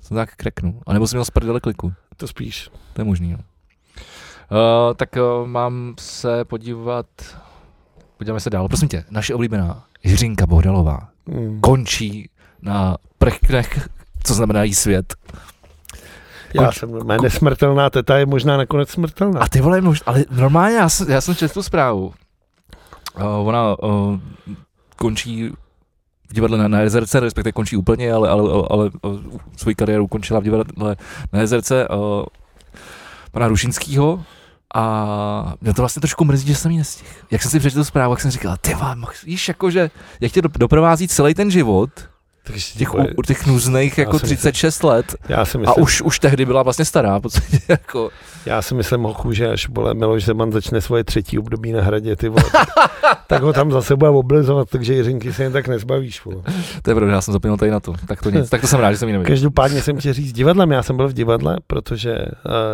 [SPEAKER 1] Jsem tak kreknul. A nebo jsem měl z prdele kliku.
[SPEAKER 2] to spíš.
[SPEAKER 1] To je možný, jo. Uh, tak uh, mám se podívat, podíváme se dál. Prosím tě, naše oblíbená Jiřinka Bohdalová
[SPEAKER 2] Mm.
[SPEAKER 1] končí na prchnech, co znamená jí svět.
[SPEAKER 2] Já
[SPEAKER 1] Konč-
[SPEAKER 2] jsem normálně nesmrtelná teta je možná nakonec smrtelná.
[SPEAKER 1] A ty vole, mož, ale normálně já jsem, já jsem četl tu zprávu. Uh, ona uh, končí v divadle na, na Jezerce, respektive končí úplně, ale, ale, ale, ale uh, svoji kariéru ukončila v divadle na Jezerce uh, pana Rušinského. A mě to vlastně trošku mrzí, že jsem ji nestihl. Jak jsem si přečetl tu zprávu, jak jsem říkal, ty vole, mohl- víš, jakože, jak tě do- doprovází celý ten život,
[SPEAKER 2] Takže ti
[SPEAKER 1] těch,
[SPEAKER 2] bude-
[SPEAKER 1] u, těch nůzných jako
[SPEAKER 2] si myslím-
[SPEAKER 1] 36 let,
[SPEAKER 2] já, si
[SPEAKER 1] a
[SPEAKER 2] myslím,
[SPEAKER 1] už, už tehdy byla vlastně stará, v podstatě, jako,
[SPEAKER 2] já si myslím, hochu, že až vole, Miloš Zeman začne svoje třetí období na hradě, ty vole, tak, tak ho tam zase bude oblizovat, takže Jiřinky se jen tak nezbavíš. Vole.
[SPEAKER 1] To je pravda, já jsem zapomněl tady na to. Tak to nic, tak to jsem rád, že jsem ji neviděl.
[SPEAKER 2] Každopádně jsem chtěl říct divadlem, já jsem byl v divadle, protože uh,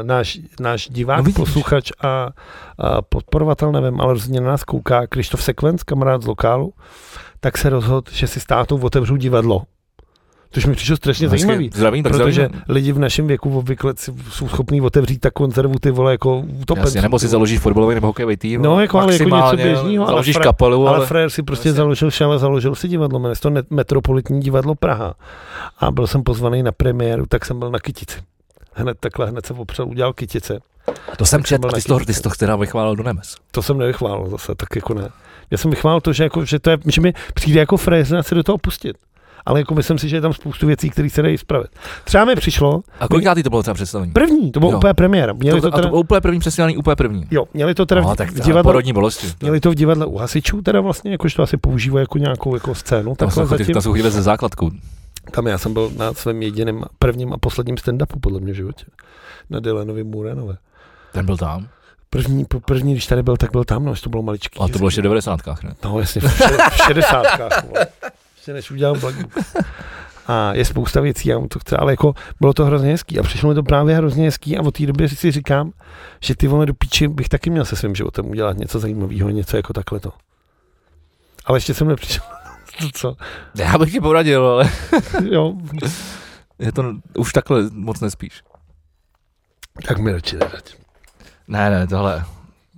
[SPEAKER 2] náš, náš
[SPEAKER 1] No
[SPEAKER 2] divák, no
[SPEAKER 1] vidíš.
[SPEAKER 2] posluchač a uh, podporovatel, nevím, ale rozhodně na nás kouká, Krištof Sekvenc, kamarád z lokálu, tak se rozhodl, že si s tátou otevřu divadlo. Což mi přišlo strašně
[SPEAKER 1] Hezky.
[SPEAKER 2] zajímavý.
[SPEAKER 1] Zdravím, tak
[SPEAKER 2] protože
[SPEAKER 1] zdravím.
[SPEAKER 2] lidi v našem věku obvykle si- jsou schopní otevřít tak konzervu ty vole jako utopenců.
[SPEAKER 1] Jasně, nebo si
[SPEAKER 2] ty vole.
[SPEAKER 1] založíš fotbalový nebo hokejový tým.
[SPEAKER 2] No, jako, ale jako něco
[SPEAKER 1] maximálně,
[SPEAKER 2] běžného, ale
[SPEAKER 1] Založíš
[SPEAKER 2] fra-
[SPEAKER 1] kapelu, ale, vlastně-
[SPEAKER 2] Ale frajer si prostě
[SPEAKER 1] Jasně.
[SPEAKER 2] založil šel a založil si divadlo, jmenuje se to Net- Metropolitní divadlo Praha. A byl jsem pozvaný na premiéru, tak jsem byl na kytici. Hned takhle, hned se opřel, udělal kytice.
[SPEAKER 1] to jsem
[SPEAKER 2] tak jsem
[SPEAKER 1] četl,
[SPEAKER 2] byl
[SPEAKER 1] a ty
[SPEAKER 2] na
[SPEAKER 1] jsi to,
[SPEAKER 2] kytice.
[SPEAKER 1] ty jsi to teda vychválil do nemes.
[SPEAKER 2] To jsem nevychválil zase, tak jako ne. Já jsem vychválil to, že, jako, že, to je, že mi přijde jako frajeřina se do toho pustit. Ale jako myslím si, že je tam spoustu věcí, které se dají spravit. Třeba mi přišlo,
[SPEAKER 1] A kolikátý to bylo třeba představení?
[SPEAKER 2] první, to bylo
[SPEAKER 1] Jo.
[SPEAKER 2] úplně premiéra. Měli
[SPEAKER 1] to,
[SPEAKER 2] to,
[SPEAKER 1] a to
[SPEAKER 2] teda,
[SPEAKER 1] bylo úplně první přesílání, úplně první.
[SPEAKER 2] jo, měli to teda
[SPEAKER 1] no,
[SPEAKER 2] v,
[SPEAKER 1] tak
[SPEAKER 2] v
[SPEAKER 1] divadlo,
[SPEAKER 2] divadle,
[SPEAKER 1] porodní bolesti.
[SPEAKER 2] měli to v divadle u hasičů, teda vlastně, jakož to asi používají jako nějakou jako scénu.
[SPEAKER 1] Tam
[SPEAKER 2] takhle
[SPEAKER 1] jsou, chodili,
[SPEAKER 2] zatím.
[SPEAKER 1] tam jsou chodili ze základkou.
[SPEAKER 2] Tam já jsem byl na svém jediném prvním a posledním stand-upu podle mě v životě. Na Dylanovi Murenové.
[SPEAKER 1] Ten byl tam.
[SPEAKER 2] První, po- první, když tady byl, tak byl tam, no, jestli to bylo maličký.
[SPEAKER 1] A to bylo ještě v 90. ne?
[SPEAKER 2] No, jasně, v, še- v šedesátkách, vole. Ještě než udělám blagu. A je spousta věcí, já mu to chci, ale jako bylo to hrozně hezký a přišlo mi to právě hrozně hezký a od té doby si říkám, že ty vole do píči bych taky měl se svým životem udělat něco zajímavého, něco jako takhle to. Ale ještě jsem nepřišel. To co?
[SPEAKER 1] Já bych ti poradil, ale
[SPEAKER 2] Jo,
[SPEAKER 1] je to už takhle moc nespíš.
[SPEAKER 2] tak mi radši nerad.
[SPEAKER 1] Ne, ne, tohle.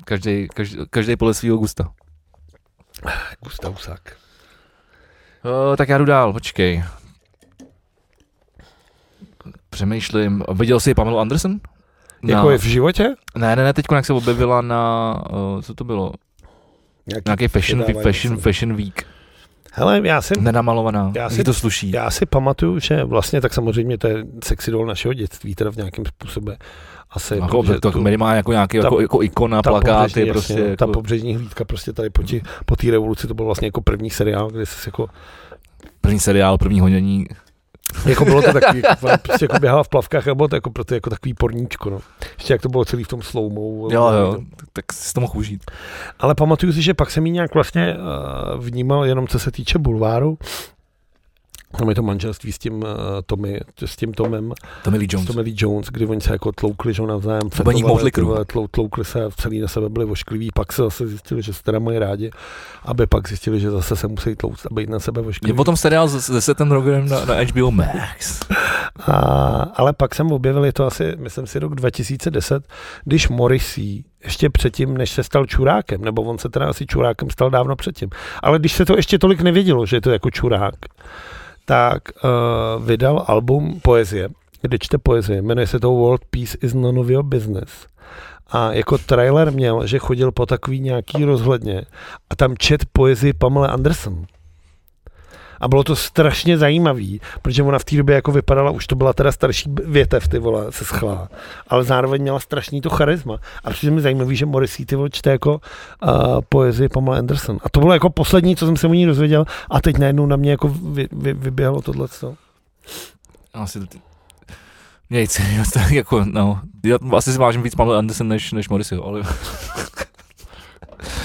[SPEAKER 1] Každý, každý, každý podle svého gusta.
[SPEAKER 2] Gustav Husák.
[SPEAKER 1] O, Eh, tak já jdu dál, počkej. Přemýšlím. Viděl jsi Pamelu Anderson? No.
[SPEAKER 2] Jako je v životě?
[SPEAKER 1] Ne, ne, ne, teď jak se objevila na, uh, co to bylo?
[SPEAKER 2] Nějaký,
[SPEAKER 1] Nějaký fashion,
[SPEAKER 2] předávání
[SPEAKER 1] fashion,
[SPEAKER 2] cen.
[SPEAKER 1] fashion week.
[SPEAKER 2] Hele, já jsem,
[SPEAKER 1] Nenamalovaná,
[SPEAKER 2] Já
[SPEAKER 1] já
[SPEAKER 2] si-
[SPEAKER 1] si to sluší.
[SPEAKER 2] Já si pamatuju, že vlastně tak samozřejmě to je sexy doll našeho dětství, teda v nějakém způsobe. Asi,
[SPEAKER 1] Jako,
[SPEAKER 2] protože
[SPEAKER 1] to
[SPEAKER 2] tu-
[SPEAKER 1] minimálně jako nějaký
[SPEAKER 2] ta-
[SPEAKER 1] jako, jako ikona, plakáty,
[SPEAKER 2] pobřežní,
[SPEAKER 1] prostě.
[SPEAKER 2] jasně, no,
[SPEAKER 1] jako,
[SPEAKER 2] Ta pobřežní hlídka prostě tady po, ti, po té revoluci, to byl vlastně jako první seriál, kde se jako,
[SPEAKER 1] první seriál, první honění.
[SPEAKER 2] jako bylo to takový, jako, prostě jako běhala v plavkách a bylo to jako, pro ty jako takový porníčko, no. Ještě jak to bylo celý v tom sloumou.
[SPEAKER 1] Jo, jo, tak si to mohl užít.
[SPEAKER 2] Ale pamatuju si, že pak jsem ji nějak vlastně uh, vnímal jenom co se týče bulváru, tam je to manželství s tím, uh, Tommy, s tím Tomem,
[SPEAKER 1] Tommy Lee Jones.
[SPEAKER 2] Tommy Lee Jones, kdy oni se jako tloukli, že jo, navzájem
[SPEAKER 1] Oba nich moudli kruh.
[SPEAKER 2] tlou, tloukli se, celý na sebe byli oškliví, pak se zase zjistili, že se teda mají rádi, aby pak zjistili, že zase se musí tlouct a být na sebe
[SPEAKER 1] Je
[SPEAKER 2] oškliví.
[SPEAKER 1] potom seriál se, se Setem Rogenem na, na HBO Max.
[SPEAKER 2] A, ale pak jsem objevil, je to asi, myslím si, rok 2010, když Morrissey, ještě předtím, než se stal čurákem, nebo on se teda asi čurákem stal dávno předtím, ale když se to ještě tolik nevědělo, že je to jako čurák, tak uh, vydal album Poezie, kde čte poezie, jmenuje se to World Peace is none of your business. A jako trailer měl, že chodil po takový nějaký rozhledně a tam čet poezii Pamela Anderson. A bylo to strašně zajímavý, protože ona v té době jako vypadala, už to byla teda starší b- větev, ty vole, se schlá. Ale zároveň měla strašný to charisma. A přijde mi zajímavý, že Morrissey ty vole čte jako uh, poezii Pamela Anderson. A to bylo jako poslední, co jsem se o ní dozvěděl a teď najednou na mě jako vy, vy, vyběhlo tohle.
[SPEAKER 1] Asi to... Nic, tak jako, no. Já asi si vážím víc Pamela Anderson než, než Morrisio, ale...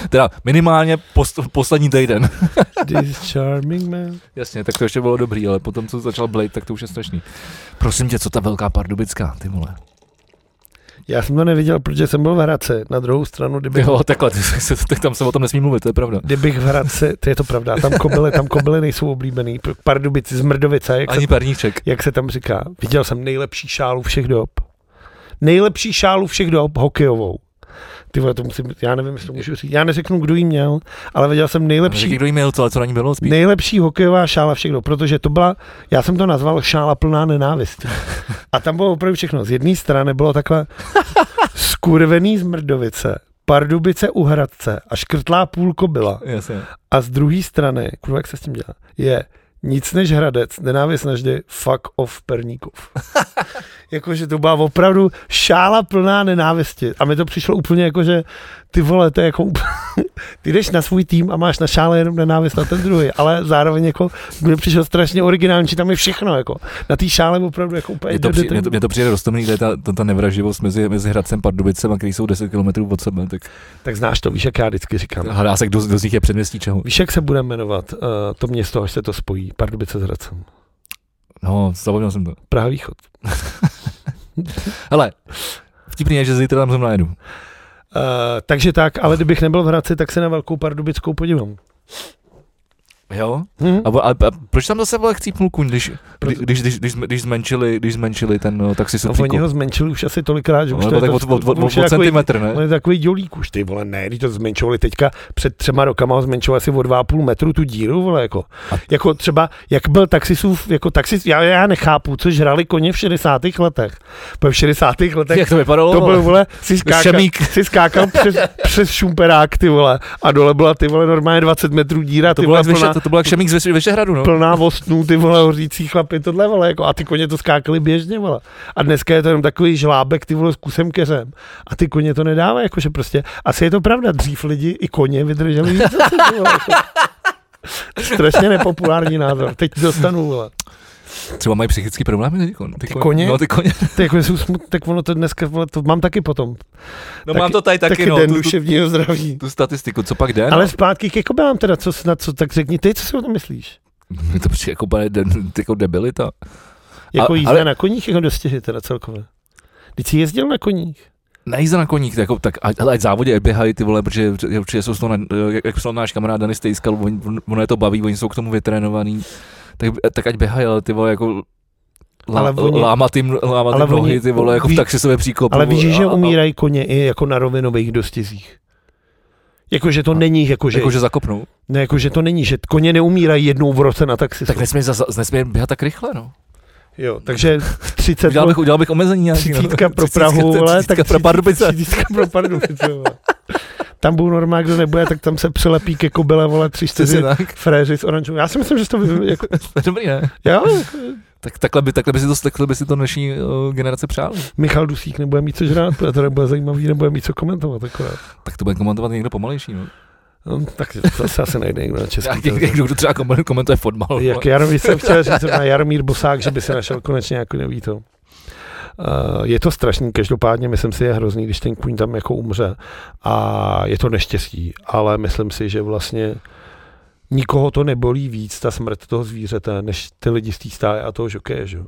[SPEAKER 1] teda minimálně post, poslední týden.
[SPEAKER 2] This charming man.
[SPEAKER 1] Jasně, tak to ještě bylo dobrý, ale potom, co začal Blade, tak to už je strašný. Prosím tě, co ta velká pardubická, ty vole.
[SPEAKER 2] Já jsem to neviděl, protože jsem byl v Hradci. Na druhou stranu, kdyby
[SPEAKER 1] Jo, takhle, ty se, tak tam se o tom nesmí mluvit, to je pravda.
[SPEAKER 2] Kdybych v Hradci, to je to pravda, tam kobyle, tam kobyle nejsou oblíbený, P- Pardubice, Zmrdovice, jak, se,
[SPEAKER 1] Ani perníček.
[SPEAKER 2] jak se tam říká. Viděl jsem nejlepší šálu všech dob. Nejlepší šálu všech dob, hokejovou. Ty vole, to musím, já nevím, jestli to můžu říct. Já neřeknu, kdo ji měl, ale viděl jsem
[SPEAKER 1] Lepší.
[SPEAKER 2] nejlepší,
[SPEAKER 1] Kdo jí měl, co, ale co na ní bylo spíš?
[SPEAKER 2] nejlepší hokejová šála všech dob, protože to byla, já jsem to nazval šála plná nenávisti. A tam bylo opravdu všechno. Z jedné strany bylo takhle skurvený Zmrdovice, Pardubice u Hradce a škrtlá půlko byla.
[SPEAKER 1] Jasně.
[SPEAKER 2] A z druhé strany, kurva, jak se s tím dělá, je nic než Hradec, nenávist naždy, fuck off Perníkov. Jakože to byla opravdu šála plná nenávisti. A mi to přišlo úplně jako, že ty vole, to je jako úplně, ty jdeš na svůj tým a máš na šále jenom nenávist na ten druhý, ale zároveň jako mi přišlo strašně originální, že tam je všechno jako. Na té šále opravdu jako úplně
[SPEAKER 1] Mně to,
[SPEAKER 2] do
[SPEAKER 1] při,
[SPEAKER 2] detailu.
[SPEAKER 1] mě to, mě to přijde roztomný, kde je ta, ta, ta nevraživost mezi, mezi Hradcem Pardubicem a který jsou 10 km od sebe, tak
[SPEAKER 2] Tak znáš to, víš, jak já vždycky říkám.
[SPEAKER 1] hledá se, kdo, z- kdo z nich je předměstí čeho.
[SPEAKER 2] Víš, jak se bude jmenovat uh, to město, až se to spojí, Pardubice s Hradcem.
[SPEAKER 1] No, zapomněl jsem to.
[SPEAKER 2] Praha východ.
[SPEAKER 1] Hele, vtipný je, že zítra tam zrovna jedu.
[SPEAKER 2] Uh, takže tak, ale kdybych nebyl v Hradci, tak se na Velkou Pardubickou podívám.
[SPEAKER 1] Jo?
[SPEAKER 2] Hm?
[SPEAKER 1] A, bo- a, a proč tam zase byl chcípnul kuň, když,
[SPEAKER 2] Proto-
[SPEAKER 1] když, když, když, když, zme- když, zmenšili, když zmenšili ten no,
[SPEAKER 2] A
[SPEAKER 1] taxisový
[SPEAKER 2] oni
[SPEAKER 1] kol?
[SPEAKER 2] ho zmenšili už asi tolikrát, že už
[SPEAKER 1] No, Nebo
[SPEAKER 2] to je
[SPEAKER 1] tak
[SPEAKER 2] to-
[SPEAKER 1] od, od, od, od,
[SPEAKER 2] už je jako-
[SPEAKER 1] od
[SPEAKER 2] takový,
[SPEAKER 1] centimetr, ne?
[SPEAKER 2] on je takový dělík už, ty vole, ne, když to zmenšovali teďka, před třema rokama ho zmenšovali asi o 2,5 metru tu díru, vole, jako.
[SPEAKER 1] A-
[SPEAKER 2] Jako třeba, jak byl taxisův, jako taxis, já, já nechápu, co žrali koně v 60. letech. Protože v 60. letech
[SPEAKER 1] Jak to vypadalo?
[SPEAKER 2] to byl,
[SPEAKER 1] vole?
[SPEAKER 2] vole, si skákal,
[SPEAKER 1] Šemík.
[SPEAKER 2] si skákal přes, přes šumperák, ty vole, a dole byla, ty vole, normálně 20 metrů díra,
[SPEAKER 1] To
[SPEAKER 2] ty
[SPEAKER 1] bylo,
[SPEAKER 2] vole,
[SPEAKER 1] jak z Vyše-
[SPEAKER 2] plná,
[SPEAKER 1] to, to bylo jak Šemík z Vyše- Vyšehradu, no.
[SPEAKER 2] plná vostnů, ty vole, hořící chlapy, tohle, vole, jako, a ty koně to skákali běžně, vole. A dneska je to jenom takový žlábek, ty vole, s kusem keřem. A ty koně to nedává, jakože prostě, asi je to pravda, dřív lidi i koně vydrželi víc. zase, ty vole, jako. Strašně nepopulární názor, teď dostanu, vole.
[SPEAKER 1] Třeba mají psychické problémy ty, kon, ty,
[SPEAKER 2] Ty koně?
[SPEAKER 1] No, ty koně.
[SPEAKER 2] Ty, jako, jsou smut, tak ono to dneska, vole, to mám taky potom.
[SPEAKER 1] No
[SPEAKER 2] Taky-
[SPEAKER 1] mám to tady taky,
[SPEAKER 2] Taky, taky
[SPEAKER 1] no,
[SPEAKER 2] den
[SPEAKER 1] tu, tu,
[SPEAKER 2] duševního zdraví.
[SPEAKER 1] tu, statistiku, co pak no. den?
[SPEAKER 2] Ale zpátky ke kobylám teda, co, na co, tak řekni ty, co si o tom myslíš?
[SPEAKER 1] Mně to přijde jako, úplně de- jako debilita.
[SPEAKER 2] Jako
[SPEAKER 1] A-
[SPEAKER 2] jízda
[SPEAKER 1] ale-
[SPEAKER 2] na koních jako dostihy teda celkově. Když jsi jezdil na koních.
[SPEAKER 1] Nejízda na koník, jako, tak ať, hele, ať závodě běhají ty vole, protože je- určitě jsou z toho, na, jak, jak psal náš kamarád Dany Stejskal, on, on- ono je to baví, oni jsou k tomu vytrénovaný, tak, tak ať běhají, ale ty vole, jako lá,
[SPEAKER 2] Ale
[SPEAKER 1] ale
[SPEAKER 2] oni-
[SPEAKER 1] lámat jim, lámat
[SPEAKER 2] ale
[SPEAKER 1] jim nohy,
[SPEAKER 2] oni-
[SPEAKER 1] ty vole, jako
[SPEAKER 2] ví-
[SPEAKER 1] v taxisové příkopu.
[SPEAKER 2] Ale víš,
[SPEAKER 1] vole,
[SPEAKER 2] že
[SPEAKER 1] a- a-
[SPEAKER 2] umírají koně i jako na rovinových dostizích. Jakože to
[SPEAKER 1] A-
[SPEAKER 2] není, jakože,
[SPEAKER 1] Jako, že zakopnou.
[SPEAKER 2] ne, jakože to není, že koně neumírají jednou v roce na taxi.
[SPEAKER 1] Tak nesmí, za, nesmí běhat tak rychle, no.
[SPEAKER 2] jo, takže 30
[SPEAKER 1] Udělal bych, udělal bych omezení nějaký. no.
[SPEAKER 2] Třicítka pro
[SPEAKER 1] Třicítka-
[SPEAKER 2] Prahu, vole,
[SPEAKER 1] třicítka
[SPEAKER 2] tak
[SPEAKER 1] pro Pardubice.
[SPEAKER 2] Třicítka pro Pardubice, vole. Tam budou normál, kdo nebude, tak tam se přilepí ke kobyle, vole, tři,
[SPEAKER 1] Přesně
[SPEAKER 2] čtyři
[SPEAKER 1] tak.
[SPEAKER 2] fréři s oranžovou. Já si myslím, že to by, jako,
[SPEAKER 1] To je Dobrý, ne?
[SPEAKER 2] jo,
[SPEAKER 1] Tak, takhle, by, takhle, by si to, takhle by si to dnešní eh, generace přál.
[SPEAKER 2] Michal Dusík nebude mít co žrát, protože to nebude zajímavý, nebude mít co komentovat akorát.
[SPEAKER 1] Tak to bude komentovat někdo pomalejší. No.
[SPEAKER 2] No, tak to zase asi nejde někdo na český.
[SPEAKER 1] Nějaký- Někdo, kdo třeba komen- komentuje fotbal. vole.
[SPEAKER 2] Jak Jar, víš, jsem chtěl říct na Jaromír Bosák, že by se našel konečně nějaký nový to. Uh, je to strašný, každopádně myslím si, je hrozný, když ten kůň tam jako umře a je to neštěstí, ale myslím si, že vlastně nikoho to nebolí víc, ta smrt toho zvířete, než ty lidi z té stáje a toho žokeje, že? jo.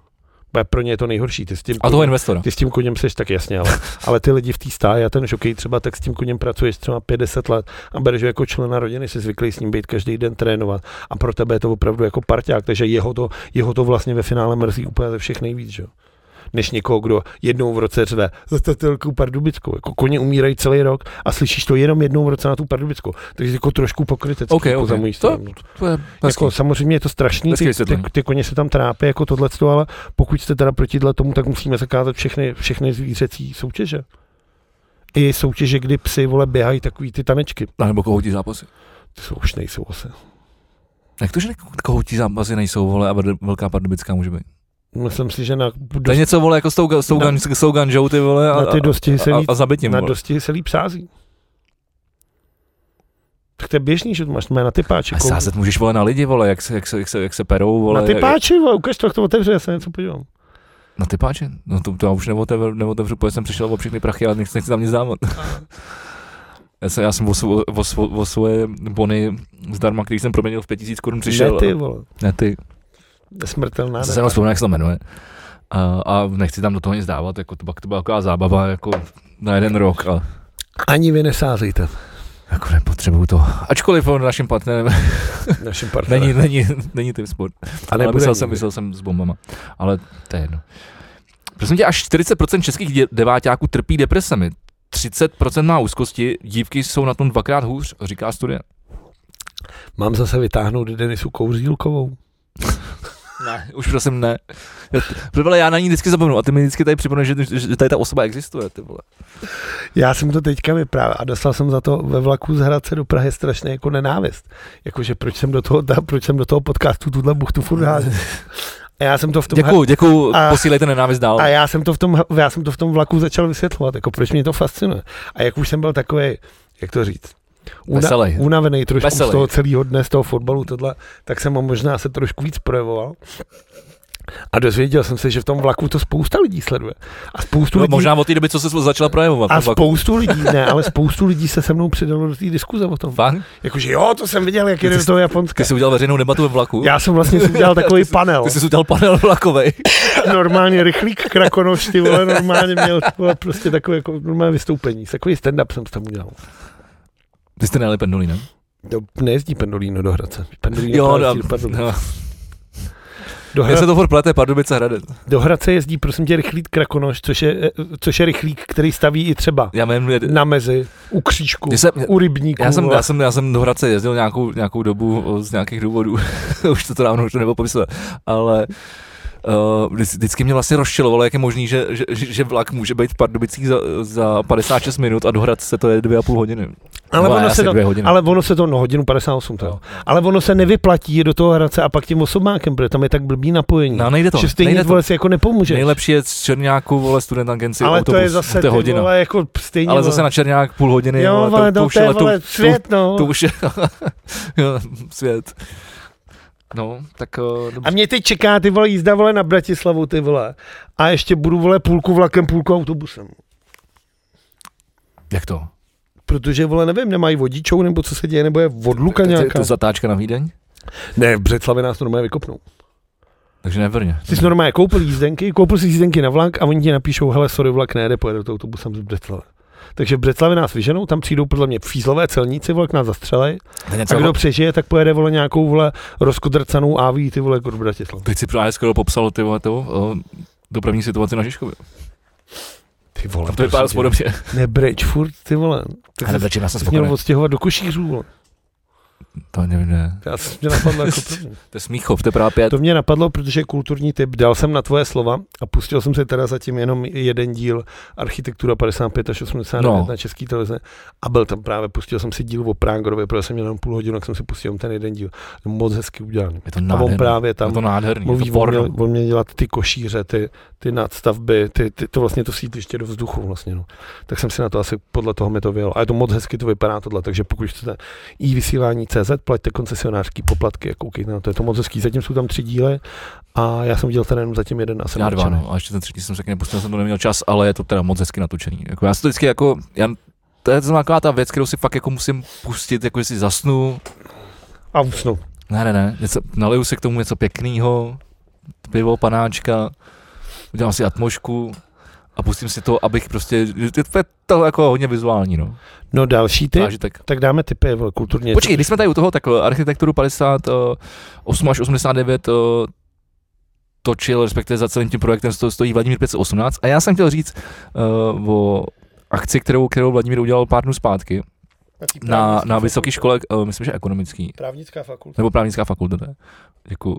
[SPEAKER 2] Bo Pro ně je to nejhorší, ty s tím
[SPEAKER 1] A toho
[SPEAKER 2] koněm,
[SPEAKER 1] investora.
[SPEAKER 2] ty s tím koněm seš tak jasně, ale, ale ty lidi v té stáji a ten žokej třeba tak s tím koněm pracuješ třeba 50 let a bereš ho jako člena rodiny, jsi zvyklý s ním být každý den trénovat a pro tebe je to opravdu jako parťák, takže jeho to, jeho to vlastně ve finále mrzí úplně ze všech nejvíc, že? jo. než někoho, kdo jednou v roce řve za tatelkou pardubickou. Jako koně umírají celý rok a slyšíš to jenom jednou v roce na tu pardubickou. Takže jako trošku pokrytecký
[SPEAKER 1] OK,
[SPEAKER 2] jako
[SPEAKER 1] OK.
[SPEAKER 2] za mojí
[SPEAKER 1] To-
[SPEAKER 2] stranu.
[SPEAKER 1] To je hezký.
[SPEAKER 2] Jako, samozřejmě je to strašný,
[SPEAKER 1] Hezký
[SPEAKER 2] ty, ty,
[SPEAKER 1] vysvětlení.
[SPEAKER 2] ty, koně se tam trápí jako tohleto, ale pokud jste teda proti tomu, tak musíme zakázat všechny, všechny zvířecí soutěže. I soutěže, kdy psy vole běhají takový ty tanečky.
[SPEAKER 1] A no, nebo kohoutí zápasy.
[SPEAKER 2] Ty jsou, už nejsou asi.
[SPEAKER 1] Jak to, že ne- kohoutí zápasy nejsou, vole, a Brd- velká pardubická může být?
[SPEAKER 2] Myslím si, že na,
[SPEAKER 1] To je
[SPEAKER 2] dost,
[SPEAKER 1] něco, vole, jako s tou, ga- s tou,
[SPEAKER 2] Na-
[SPEAKER 1] gan, s tou ganžou, ty vole, a,
[SPEAKER 2] na ty dostihy se
[SPEAKER 1] a,
[SPEAKER 2] líp,
[SPEAKER 1] a zabitím,
[SPEAKER 2] na
[SPEAKER 1] vole.
[SPEAKER 2] dostihy se líp sází. Tak to je běžný, že to máš to má na ty páči.
[SPEAKER 1] A sázet můžeš, vole, na lidi, vole, jak se, jak se, jak se, jak se perou, vole.
[SPEAKER 2] na ty
[SPEAKER 1] jak-
[SPEAKER 2] páči, vole, ukaž to, jak to otevře, já se něco podívám.
[SPEAKER 1] Na ty páče? No to, to já už neotevřu, neotevřu protože jsem přišel o všechny prachy, ale nechci, nechci tam nic dávat. Já jsem, já jsem o, svo, o, svo, o svoje bony zdarma, který jsem proměnil v 5000 korun, přišel.
[SPEAKER 2] Ne ty, vole,
[SPEAKER 1] Ne ty.
[SPEAKER 2] smrtelná.
[SPEAKER 1] Já se
[SPEAKER 2] ne.
[SPEAKER 1] jenom vzpomínám, jak se to jmenuje. A, a nechci tam do toho nic dávat, jako to, pak to byla taková zábava jako na jeden rok, ale
[SPEAKER 2] Ani vy nesázejte.
[SPEAKER 1] jako nepotřebuju to. Ačkoliv on naším partnerem
[SPEAKER 2] Našim partnerem.
[SPEAKER 1] není, není, není tím sport.
[SPEAKER 2] a
[SPEAKER 1] Ale
[SPEAKER 2] nebude
[SPEAKER 1] myslel jsem,
[SPEAKER 2] nikdy.
[SPEAKER 1] myslel jsem s bombama. Ale to je jedno. Prosím tě, až 40% českých dě- deváťáků trpí depresemi. 30% má úzkosti, dívky jsou na tom dvakrát hůř, říká studie.
[SPEAKER 2] Mám zase vytáhnout Denisu Kouřílkovou.
[SPEAKER 1] Ne, už prosím ne. Já, ty vole, já na ní vždycky zapomenu a ty mi vždycky tady připomeneš, že, že tady ta osoba existuje, ty vole.
[SPEAKER 2] Já jsem to teďka vyprávěl a dostal jsem za to ve vlaku z Hradce do Prahy strašně jako nenávist. Jakože proč jsem do toho, ta- proč jsem do toho podcastu tuhle buchtu furt házel. A já jsem to v tom
[SPEAKER 1] Děkuju, děkuju,
[SPEAKER 2] A-
[SPEAKER 1] posílejte nenávist dál.
[SPEAKER 2] A já jsem, to v tom, já jsem to v tom vlaku začal vysvětlovat, jako proč mě to fascinuje. A jak už jsem byl takový, jak to říct,
[SPEAKER 1] Veselej.
[SPEAKER 2] unavený trošku
[SPEAKER 1] Veselej.
[SPEAKER 2] z toho celého dne, z toho fotbalu, tohle, tak jsem ho možná se trošku víc projevoval. A dozvěděl jsem se, že v tom vlaku to spousta lidí sleduje. A spoustu
[SPEAKER 1] No,
[SPEAKER 2] lidí
[SPEAKER 1] možná od té doby, co se začala projevovat. No,
[SPEAKER 2] a
[SPEAKER 1] to pak-
[SPEAKER 2] spoustu lidí, ne, ale spoustu lidí se se mnou přidalo do té diskuze o tom.
[SPEAKER 1] Fakt?
[SPEAKER 2] Jakože jo, to jsem viděl, jak jede
[SPEAKER 1] Ty
[SPEAKER 2] do toho Japonska.
[SPEAKER 1] Ty jsi udělal veřejnou debatu ve vlaku?
[SPEAKER 2] Já jsem vlastně si udělal takový panel.
[SPEAKER 1] Ty jsi udělal panel vlakovej.
[SPEAKER 2] Normálně rychlík krakonoš, ty vole, normálně měl ty vole, prostě takové jako normální vystoupení. Takový stand-up jsem tam udělal.
[SPEAKER 1] Ty jste nejeli pendulí, ne?
[SPEAKER 2] No, nejezdí Pendolino do Hradce. Pendolino
[SPEAKER 1] Jo,
[SPEAKER 2] právě
[SPEAKER 1] no,
[SPEAKER 2] jezdí do, Pardubic.
[SPEAKER 1] no.
[SPEAKER 2] do,
[SPEAKER 1] Já
[SPEAKER 2] Hra-
[SPEAKER 1] se to furt plete, Pardubice Hradec.
[SPEAKER 2] do Hradce jezdí prosím tě rychlík krakonoš, což je, eh, což je rychlík, který staví i třeba
[SPEAKER 1] Já vím, je-
[SPEAKER 2] na mezi, u křížku,
[SPEAKER 1] Mně se-
[SPEAKER 2] u rybníku.
[SPEAKER 1] já jsem,
[SPEAKER 2] vole.
[SPEAKER 1] já, jsem, já jsem do Hradce jezdil nějakou, nějakou dobu o, z nějakých důvodů, už to, to dávno už to nebylo popisovat, ale uh, vždycky mě vlastně rozčilovalo, jak je možný, že, že, že vlak může být v Pardubicích za, za 56 minut a do Hradce to je dvě a půl hodiny.
[SPEAKER 2] ale,
[SPEAKER 1] No,
[SPEAKER 2] ono
[SPEAKER 1] asi
[SPEAKER 2] se to,
[SPEAKER 1] dvě hodiny.
[SPEAKER 2] ale ono se to, no hodinu 58 teda.
[SPEAKER 1] No.
[SPEAKER 2] Ale ono se nevyplatí je do toho Hradce a pak tím osobákem, protože tam je tak blbý napojení.
[SPEAKER 1] No, nejde to,
[SPEAKER 2] že stejně
[SPEAKER 1] nejde to.
[SPEAKER 2] vole si jako nepomůže.
[SPEAKER 1] Nejlepší je z Černáku, vole, student agenci,
[SPEAKER 2] ale
[SPEAKER 1] autobus,
[SPEAKER 2] to je zase
[SPEAKER 1] to je
[SPEAKER 2] ty
[SPEAKER 1] hodina.
[SPEAKER 2] Vole, jako stejně,
[SPEAKER 1] ale zase na Černák půl hodiny,
[SPEAKER 2] jo,
[SPEAKER 1] vole,
[SPEAKER 2] vole,
[SPEAKER 1] to, to
[SPEAKER 2] no,
[SPEAKER 1] už
[SPEAKER 2] to
[SPEAKER 1] je
[SPEAKER 2] je
[SPEAKER 1] letu,
[SPEAKER 2] vole, svět, no.
[SPEAKER 1] to už je jo, svět. No, tak uh,
[SPEAKER 2] A mě teď čeká ty vole jízda vole na Bratislavu ty vole. A ještě budu vole půlku vlakem, půlku autobusem.
[SPEAKER 1] Jak to?
[SPEAKER 2] Protože vole nevím, nemají vodičou nebo co se děje, nebo je odluka
[SPEAKER 1] To je
[SPEAKER 2] nějaká.
[SPEAKER 1] to zatáčka na Vídeň?
[SPEAKER 2] Ne, v Břeclavě nás normálně vykopnou.
[SPEAKER 1] Takže ne v Brně.
[SPEAKER 2] Ty jsi normálně koupil jízdenky, koupil si jízdenky na vlak a oni ti napíšou, hele, sorry, vlak nejede, pojedete autobusem z Břeclave. Takže v Břeclavě nás vyženou, tam přijdou podle mě fízlové celníci, vlak nás zastřelej.
[SPEAKER 1] To je
[SPEAKER 2] A
[SPEAKER 1] něco, jako-
[SPEAKER 2] kdo přežije, tak pojede vole nějakou vole rozkodrcanou AV, ty vole, jako do Bratislava.
[SPEAKER 1] Teď si právě skoro popsal ty vole to, o, dopravní situaci na Žižkově.
[SPEAKER 2] Ty vole,
[SPEAKER 1] Tam to vypadá dost podobně.
[SPEAKER 2] Nebreč furt, ty vole. prostě Tak
[SPEAKER 1] Ale
[SPEAKER 2] jsi,
[SPEAKER 1] brečím, já jsem
[SPEAKER 2] jsi měl
[SPEAKER 1] spokojený.
[SPEAKER 2] odstěhovat do Košířů, vole.
[SPEAKER 1] To nevím, ne.
[SPEAKER 2] Já jsem mě napadlo jako první.
[SPEAKER 1] To je Smíchov, to je právě pět.
[SPEAKER 2] To mě napadlo, protože je kulturní typ. Dal jsem na tvoje slova a pustil jsem se teda zatím jenom jeden díl Architektura 55 až 89
[SPEAKER 1] No.
[SPEAKER 2] no. na český televize. A byl tam právě, pustil jsem si díl o Prángrově, protože jsem měl jenom půl hodinu, tak jsem si pustil jenom ten jeden díl. No, Moc hezky udělaný.
[SPEAKER 1] Je to
[SPEAKER 2] A on
[SPEAKER 1] nádherný.
[SPEAKER 2] právě
[SPEAKER 1] Tam, je
[SPEAKER 2] tam
[SPEAKER 1] to nádherný.
[SPEAKER 2] mluví,
[SPEAKER 1] je to
[SPEAKER 2] on
[SPEAKER 1] porno.
[SPEAKER 2] měl, on měl, dělat ty košíře, ty, ty nadstavby, ty, ty, to vlastně to sídliště do vzduchu vlastně. No. Tak jsem si na to asi podle toho mi to vyjel. A je to moc hezky to vypadá tohle, takže pokud chcete i vysílání CZ, plaťte koncesionářský poplatky a koukejte na to, je to moc hezký. Zatím jsou tam tři díly a já jsem viděl ten jenom zatím jeden a jsem
[SPEAKER 1] Já dva,
[SPEAKER 2] nadšený.
[SPEAKER 1] no. A ještě ten třetí jsem řekl, nepustil jsem to, neměl čas, ale je to teda moc hezky natočený. Jako, já si to vždycky jako, já, to je zrovna taková ta věc, kterou si fakt jako musím pustit, jako si zasnu.
[SPEAKER 2] A no. usnu.
[SPEAKER 1] Ne, ne, ne, něco, naliju si k tomu něco pěkného, pivo, panáčka, udělám si atmošku a pustím si to, abych prostě, je to, je to jako hodně vizuální, no.
[SPEAKER 2] No další ty,
[SPEAKER 1] Zážitek.
[SPEAKER 2] tak dáme typy vole, kulturně.
[SPEAKER 1] Počkej, když jsme tady u toho, tak eh, architekturu 58 až 89 eh, točil, respektive za celým tím projektem sto- stojí Vladimír 518. A já jsem chtěl říct eh, o akci, kterou, kterou Vladimír udělal pár dnů zpátky na, na vysoké škole, eh, myslím, že ekonomický,
[SPEAKER 2] Právnická fakulta.
[SPEAKER 1] nebo právnická fakulta, ne? Děkuju.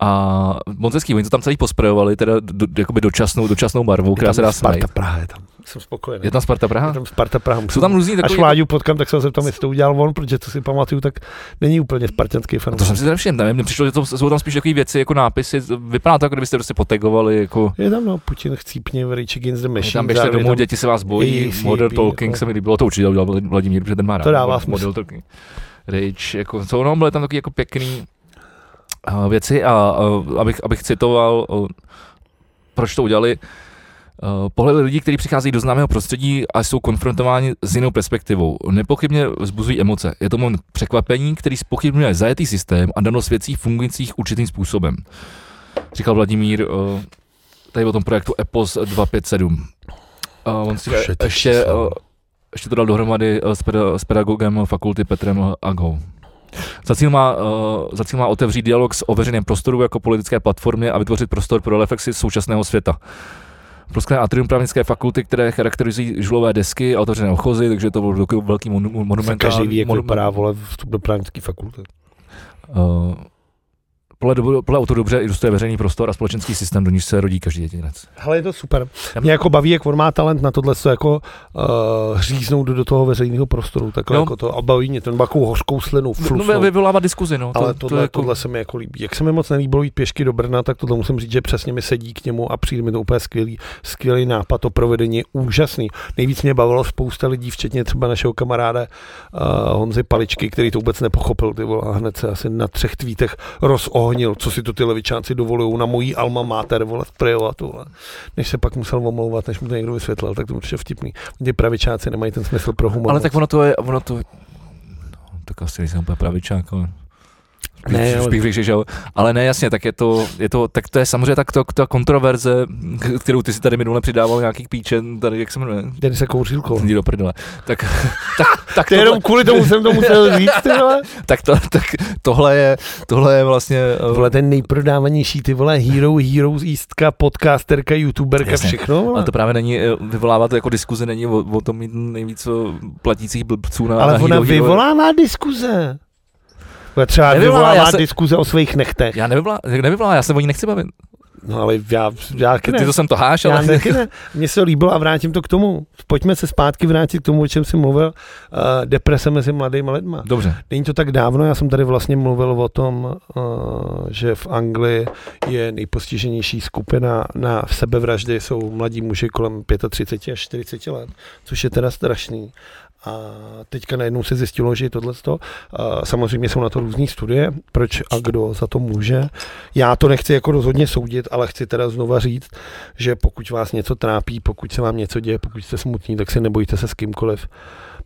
[SPEAKER 1] A Monteský, oni to tam celý posprejovali, teda do, jakoby dočasnou, dočasnou barvou, která se dá
[SPEAKER 2] Sparta
[SPEAKER 1] smajt.
[SPEAKER 2] Praha je tam. Jsem spokojený.
[SPEAKER 1] Je tam Sparta
[SPEAKER 2] Je
[SPEAKER 1] Praha?
[SPEAKER 2] tam Sparta Praha. musím-
[SPEAKER 1] Jsou tam různý
[SPEAKER 2] Až
[SPEAKER 1] takový...
[SPEAKER 2] Vláďu potkám, tak jsem se ptám, jestli to udělal on, protože to si pamatuju, tak není úplně spartanský
[SPEAKER 1] No To jsem
[SPEAKER 2] fanoušek.
[SPEAKER 1] si teda všiml, nevím, mně přišlo, že to jsou tam spíš takové věci, jako nápisy, vypadá to, jako kdybyste prostě potegovali, jako
[SPEAKER 2] Je tam, no, Putin chcípně, Rage Against the
[SPEAKER 1] že
[SPEAKER 2] Machine.
[SPEAKER 1] tam běžte
[SPEAKER 2] zároveň
[SPEAKER 1] domů,
[SPEAKER 2] tam-
[SPEAKER 1] děti se vás bojí,
[SPEAKER 2] ACP,
[SPEAKER 1] model talking
[SPEAKER 2] jako.
[SPEAKER 1] se mi líbilo, to určitě udělal Vlad- Vladimír, protože ten má rád.
[SPEAKER 2] To dává
[SPEAKER 1] Model talking. Rage, jako, jsou, no, byly tam takový jako pěkný uh, věci a uh, abych, abych citoval, uh, proč to udělali, Uh, pohledy lidí, kteří přicházejí do známého prostředí a jsou konfrontováni s jinou perspektivou, nepochybně vzbuzují emoce. Je to moment překvapení, který spochybňuje zajetý systém a danost věcí fungujících určitým způsobem. Říkal Vladimír uh, tady o tom projektu EPOS 257. Uh, on si
[SPEAKER 2] Vše ty
[SPEAKER 1] ještě,
[SPEAKER 2] čísla.
[SPEAKER 1] uh, ještě to dal dohromady uh, s, peda- s pedagogem fakulty Petrem uh, Aghou. Za cíl, má, uh, za cíl má otevřít dialog s o veřejném prostoru jako politické platformě a vytvořit prostor pro reflexi současného světa. Prosklené atrium právnické fakulty, které charakterizují žulové desky a otevřené ochozy, takže to byl takový velký monu-
[SPEAKER 2] Tak
[SPEAKER 1] monumentální...
[SPEAKER 2] Každý ví, jak
[SPEAKER 1] monu-
[SPEAKER 2] vypadá, vole, vstup do právnické fakulty.
[SPEAKER 1] Uh, podle, dobu- podle autora dobře ilustruje veřejný prostor a společenský systém, do níž se rodí každý jedinec.
[SPEAKER 2] Hele, je to super. Mě jako baví, jak on má talent na tohle, co jako uh, říznout do, do toho veřejného prostoru, takhle
[SPEAKER 1] Jo.
[SPEAKER 2] jako to a baví mě ten bakou hořkou slinu,
[SPEAKER 1] No,
[SPEAKER 2] flusnou.
[SPEAKER 1] vy- vyvolává diskuzi, no. to,
[SPEAKER 2] ale tohle,
[SPEAKER 1] to
[SPEAKER 2] to
[SPEAKER 1] jako,
[SPEAKER 2] tohle se mi jako líbí. Jak se mi moc nelíbilo jít pěšky do Brna, tak tohle musím říct, že přesně mi sedí k němu a přijde mi to úplně skvělý, skvělý nápad, to provedení je úžasný. Nejvíc mě bavilo spousta lidí, včetně třeba našeho kamaráda uh, Honzy Paličky, který to vůbec nepochopil, ty vole, a hned se asi na třech tweetech rozohnil, co si to ty levičáci dovolují na mojí alma mater, vole, sprejovat, vole. Než se pak musel omlouvat, než mu to někdo vysvětlil, tak to určitě vtipný. Ti pravičáci nemají ten smysl pro humor.
[SPEAKER 1] ale
[SPEAKER 2] moc.
[SPEAKER 1] tak ono to je, ono to no, tak asi nejsem úplně pravičák, ale...
[SPEAKER 2] Ne,
[SPEAKER 1] Ne,
[SPEAKER 2] ale-
[SPEAKER 1] spíš, že, že, jo. ale ne, jasně, tak je to, je to, tak to je samozřejmě tak to, ta kontroverze, k- kterou ty si tady minule přidával nějakých píčen, tady, jak se jmenuje,
[SPEAKER 2] Denisa Kouřilko.
[SPEAKER 1] Jdi do prdele. Tak, tak, tak,
[SPEAKER 2] To
[SPEAKER 1] tohle,
[SPEAKER 2] jenom kvůli tomu jsem to musel říct, ty vole.
[SPEAKER 1] tak, to, tak tohle, je, tohle je vlastně... eh,
[SPEAKER 2] Vole, ten nejprodávanější, ty vole, hero, heroes, jístka, podcasterka, youtuberka,
[SPEAKER 1] Jasně.
[SPEAKER 2] Jasně. všechno, vole.
[SPEAKER 1] Ale to právě není, eh, vyvolává to jako diskuze, není o, o tom mít nejvíc eh, platících blbců na
[SPEAKER 2] Ale
[SPEAKER 1] na
[SPEAKER 2] ona
[SPEAKER 1] Hero Hero.
[SPEAKER 2] vyvolává diskuze. Vole, třeba
[SPEAKER 1] Nevyvolá, já
[SPEAKER 2] vyvolává
[SPEAKER 1] se-
[SPEAKER 2] diskuze o svých nechtech.
[SPEAKER 1] Já nevyvolá, nevyvolá, já se o ní nechci bavit.
[SPEAKER 2] No ale já, já
[SPEAKER 1] Ty,
[SPEAKER 2] ne.
[SPEAKER 1] ty to jsem to háš,
[SPEAKER 2] Já
[SPEAKER 1] ale...
[SPEAKER 2] taky ne. Mně se to líbilo a vrátím to k tomu. Pojďme se zpátky vrátit k tomu, o čem jsi mluvil. Uh, deprese mezi mladými lidma.
[SPEAKER 1] Dobře,
[SPEAKER 2] Není to tak dávno, já jsem tady vlastně mluvil o tom, eh, že v Anglii je nejpostiženější skupina na sebevraždy, jsou mladí muži kolem 35 až 40 let, což je teda strašný. A teďka najednou se zjistilo, že je tohle to. Samozřejmě jsou na to různé studie, proč a kdo za to může. Já to nechci jako rozhodně soudit, ale chci teda znova říct, že pokud vás něco trápí, pokud se vám něco děje, pokud jste smutní, tak se nebojte se s kýmkoliv